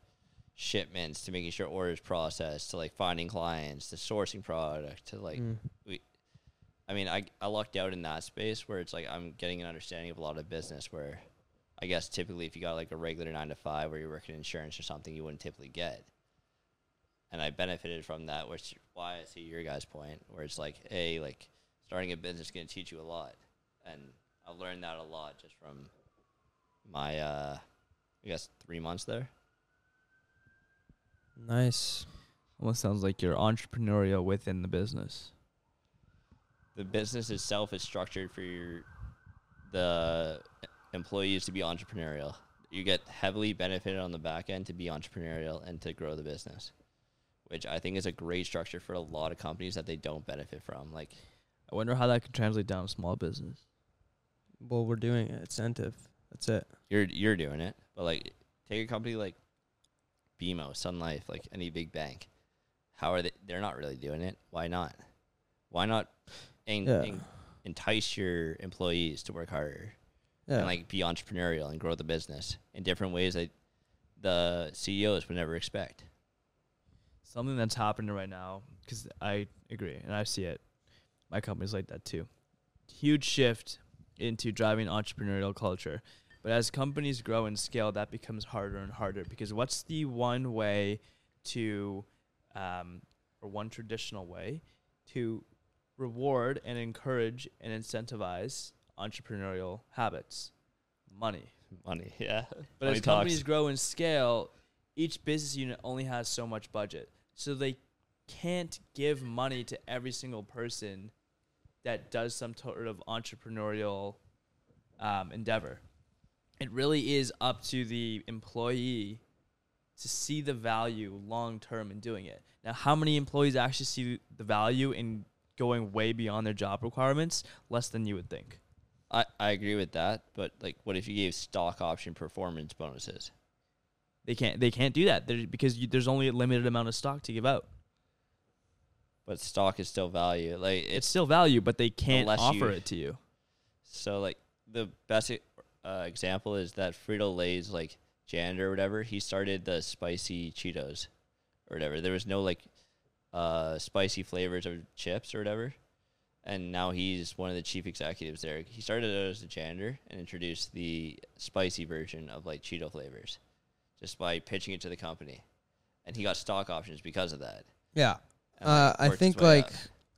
S3: shipments to making sure orders processed to like finding clients to sourcing product to like
S2: Mm.
S3: we I mean, I I lucked out in that space where it's like I'm getting an understanding of a lot of business where I guess typically if you got like a regular nine to five where you're working insurance or something, you wouldn't typically get. And I benefited from that, which is why I see your guys' point where it's like, hey, like starting a business is going to teach you a lot, and I've learned that a lot just from my uh, I guess three months there.
S2: Nice.
S1: Almost sounds like you're entrepreneurial within the business.
S3: the business itself is structured for your, the employees to be entrepreneurial. You get heavily benefited on the back end to be entrepreneurial and to grow the business, which I think is a great structure for a lot of companies that they don't benefit from. Like,
S1: I wonder how that could translate down to small business.
S2: Well, we're doing it. Incentive. That's it.
S3: you're you're doing it, but like take a company like BMO, Sun Life, like any big bank. How are they? They're not really doing it. Why not? Why not en-
S2: Yeah.
S3: en- entice your employees to work harder
S2: Yeah.
S3: and like be entrepreneurial and grow the business in different ways that the CEOs would never expect?
S1: something that's happening right now because i agree and i see it my company's like that too huge shift into driving entrepreneurial culture but as companies grow and scale that becomes harder and harder because what's the one way to um, or one traditional way to reward and encourage and incentivize entrepreneurial habits money
S3: Money, *laughs* yeah.
S1: but
S3: Money
S1: as
S3: talks.
S1: companies grow and scale, each business unit only has so much budget. So they can't give money to every single person that does some sort of entrepreneurial um, endeavor. It really is up to the employee to see the value long term in doing it. Now, how many employees actually see the value in going way beyond their job requirements? Less than you would think.
S3: I, I agree with that, but like, what if you gave stock option performance bonuses?
S1: They can't. They can't do that There- because you, there's only a limited amount of stock to give out.
S3: But stock is still value. Like,
S1: it's
S3: it's
S1: still value, but they can't
S3: Unless
S1: offer
S3: you-
S1: it to you.
S3: So like the best e- uh, example is that Frito Lay's like janitor or whatever. He started the spicy Cheetos or whatever. There was no like uh, spicy flavors of chips or whatever. And now he's one of the chief executives there. He started out as a janitor and introduced the spicy version of like Cheeto flavors just by pitching it to the company. And he got stock options because of that.
S2: Yeah.
S3: And,
S2: Uh, I
S3: worked his
S2: think
S3: way
S2: like
S3: up.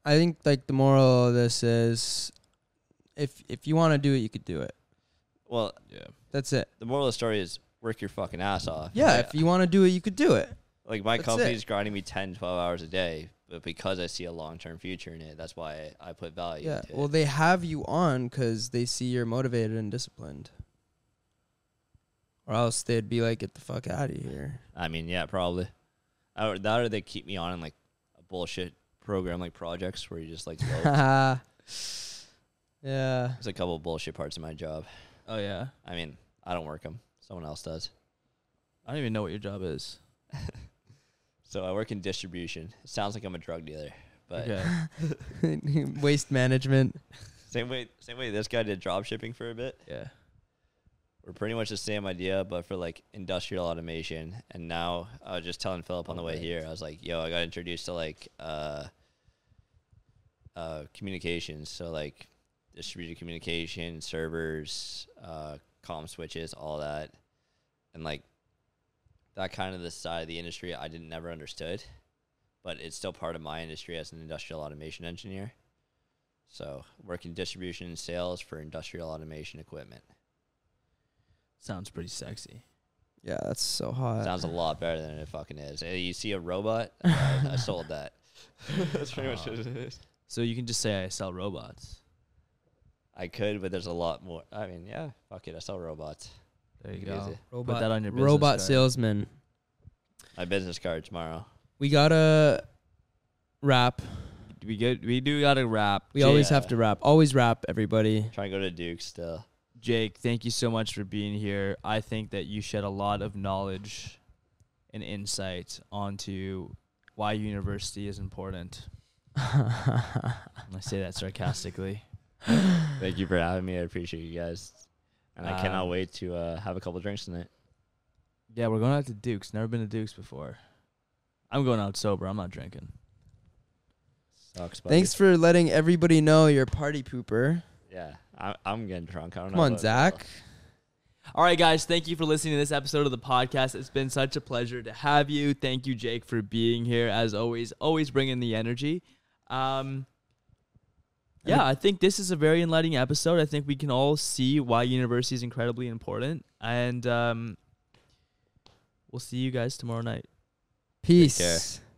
S2: I think like the moral of this is, if if you want to do it, you could do it.
S3: well,
S1: Yeah.
S2: That's it.
S3: the moral of the story is work your fucking ass off.
S2: Yeah.
S3: Like,
S2: If you want to do it, you could do it.
S3: Like my
S2: That's
S3: company's
S2: it.
S3: grinding me 10, 12 hours a day, but because I see a long term future in it, that's why I, I put value
S2: Yeah.
S3: into
S2: Well,
S3: it.
S2: they have you on because they see you're motivated and disciplined. Or else they'd be like, "Get the fuck out of here."
S3: I mean, yeah, probably. I would- That or they keep me on in like a bullshit program like projects where you just like
S2: *laughs*
S3: low.
S2: yeah. *laughs* Yeah. *laughs*
S3: There's a couple of bullshit parts of my job.
S1: Oh yeah.
S3: I mean, I don't work them. Someone else does.
S1: I don't even know what your job is.
S3: So I work in distribution. It sounds like I'm a drug dealer, but *laughs*
S1: okay.
S2: Waste management.
S3: same way same way this guy did drop shipping for a bit.
S1: Yeah.
S3: We're pretty much the same idea, but for like industrial automation. And now I was just telling Philip on the way
S1: Alright.
S3: here, I was like, yo, I got introduced to like uh, uh, communications. So like distributed communication, servers, uh, comm switches, all that. And like that kind of the side of the industry I didn't never understood, but it's still part of my industry as an industrial automation engineer. So working distribution and sales for industrial automation equipment.
S1: Sounds pretty sexy.
S2: Yeah, that's so hot.
S3: Sounds a lot better than it fucking is. Hey, you see a robot? *laughs* Uh, I sold that. Uh, That's pretty much what it is.
S1: So you can just say I sell robots.
S3: I could, but there's a lot more. I mean, yeah, fuck it. I sell robots.
S1: There you
S3: Take it
S1: go.
S3: easy.
S1: Put that on your business
S2: robot
S1: card.
S2: salesman.
S3: My business card tomorrow.
S2: We gotta rap.
S1: We get we do got to wrap.
S2: We
S1: Jake,
S2: always
S3: Yeah.
S2: have to rap. Always rap,
S1: *laughs*
S2: everybody.
S3: Trying to go to Duke still.
S1: Jake, thank you so much for being here. I think that you shed a lot of knowledge and insight onto why university is important. *laughs* And I say that
S3: *laughs*
S1: sarcastically.
S3: Thank you for having me. I appreciate you guys. And I
S1: Um,
S3: cannot wait to uh, have a couple drinks tonight.
S1: Yeah, we're going out to Duke's. Never been to Duke's before. I'm going out sober. I'm not drinking.
S3: Sucks. buddy.
S2: Thanks for letting everybody know you're a party pooper.
S3: Yeah, I, I'm getting drunk. I don't
S2: Come
S3: know.
S2: on,
S3: about
S2: Zach.
S1: All right, guys, thank you for listening to this episode of the podcast. It's been such a pleasure to have you. Thank you, Jake, for being here as always, always bringing the energy. Um, yeah, I think this is a very enlightening episode. I think we can all see why university is incredibly important. And um, we'll see you guys tomorrow night.
S2: Peace.
S3: care.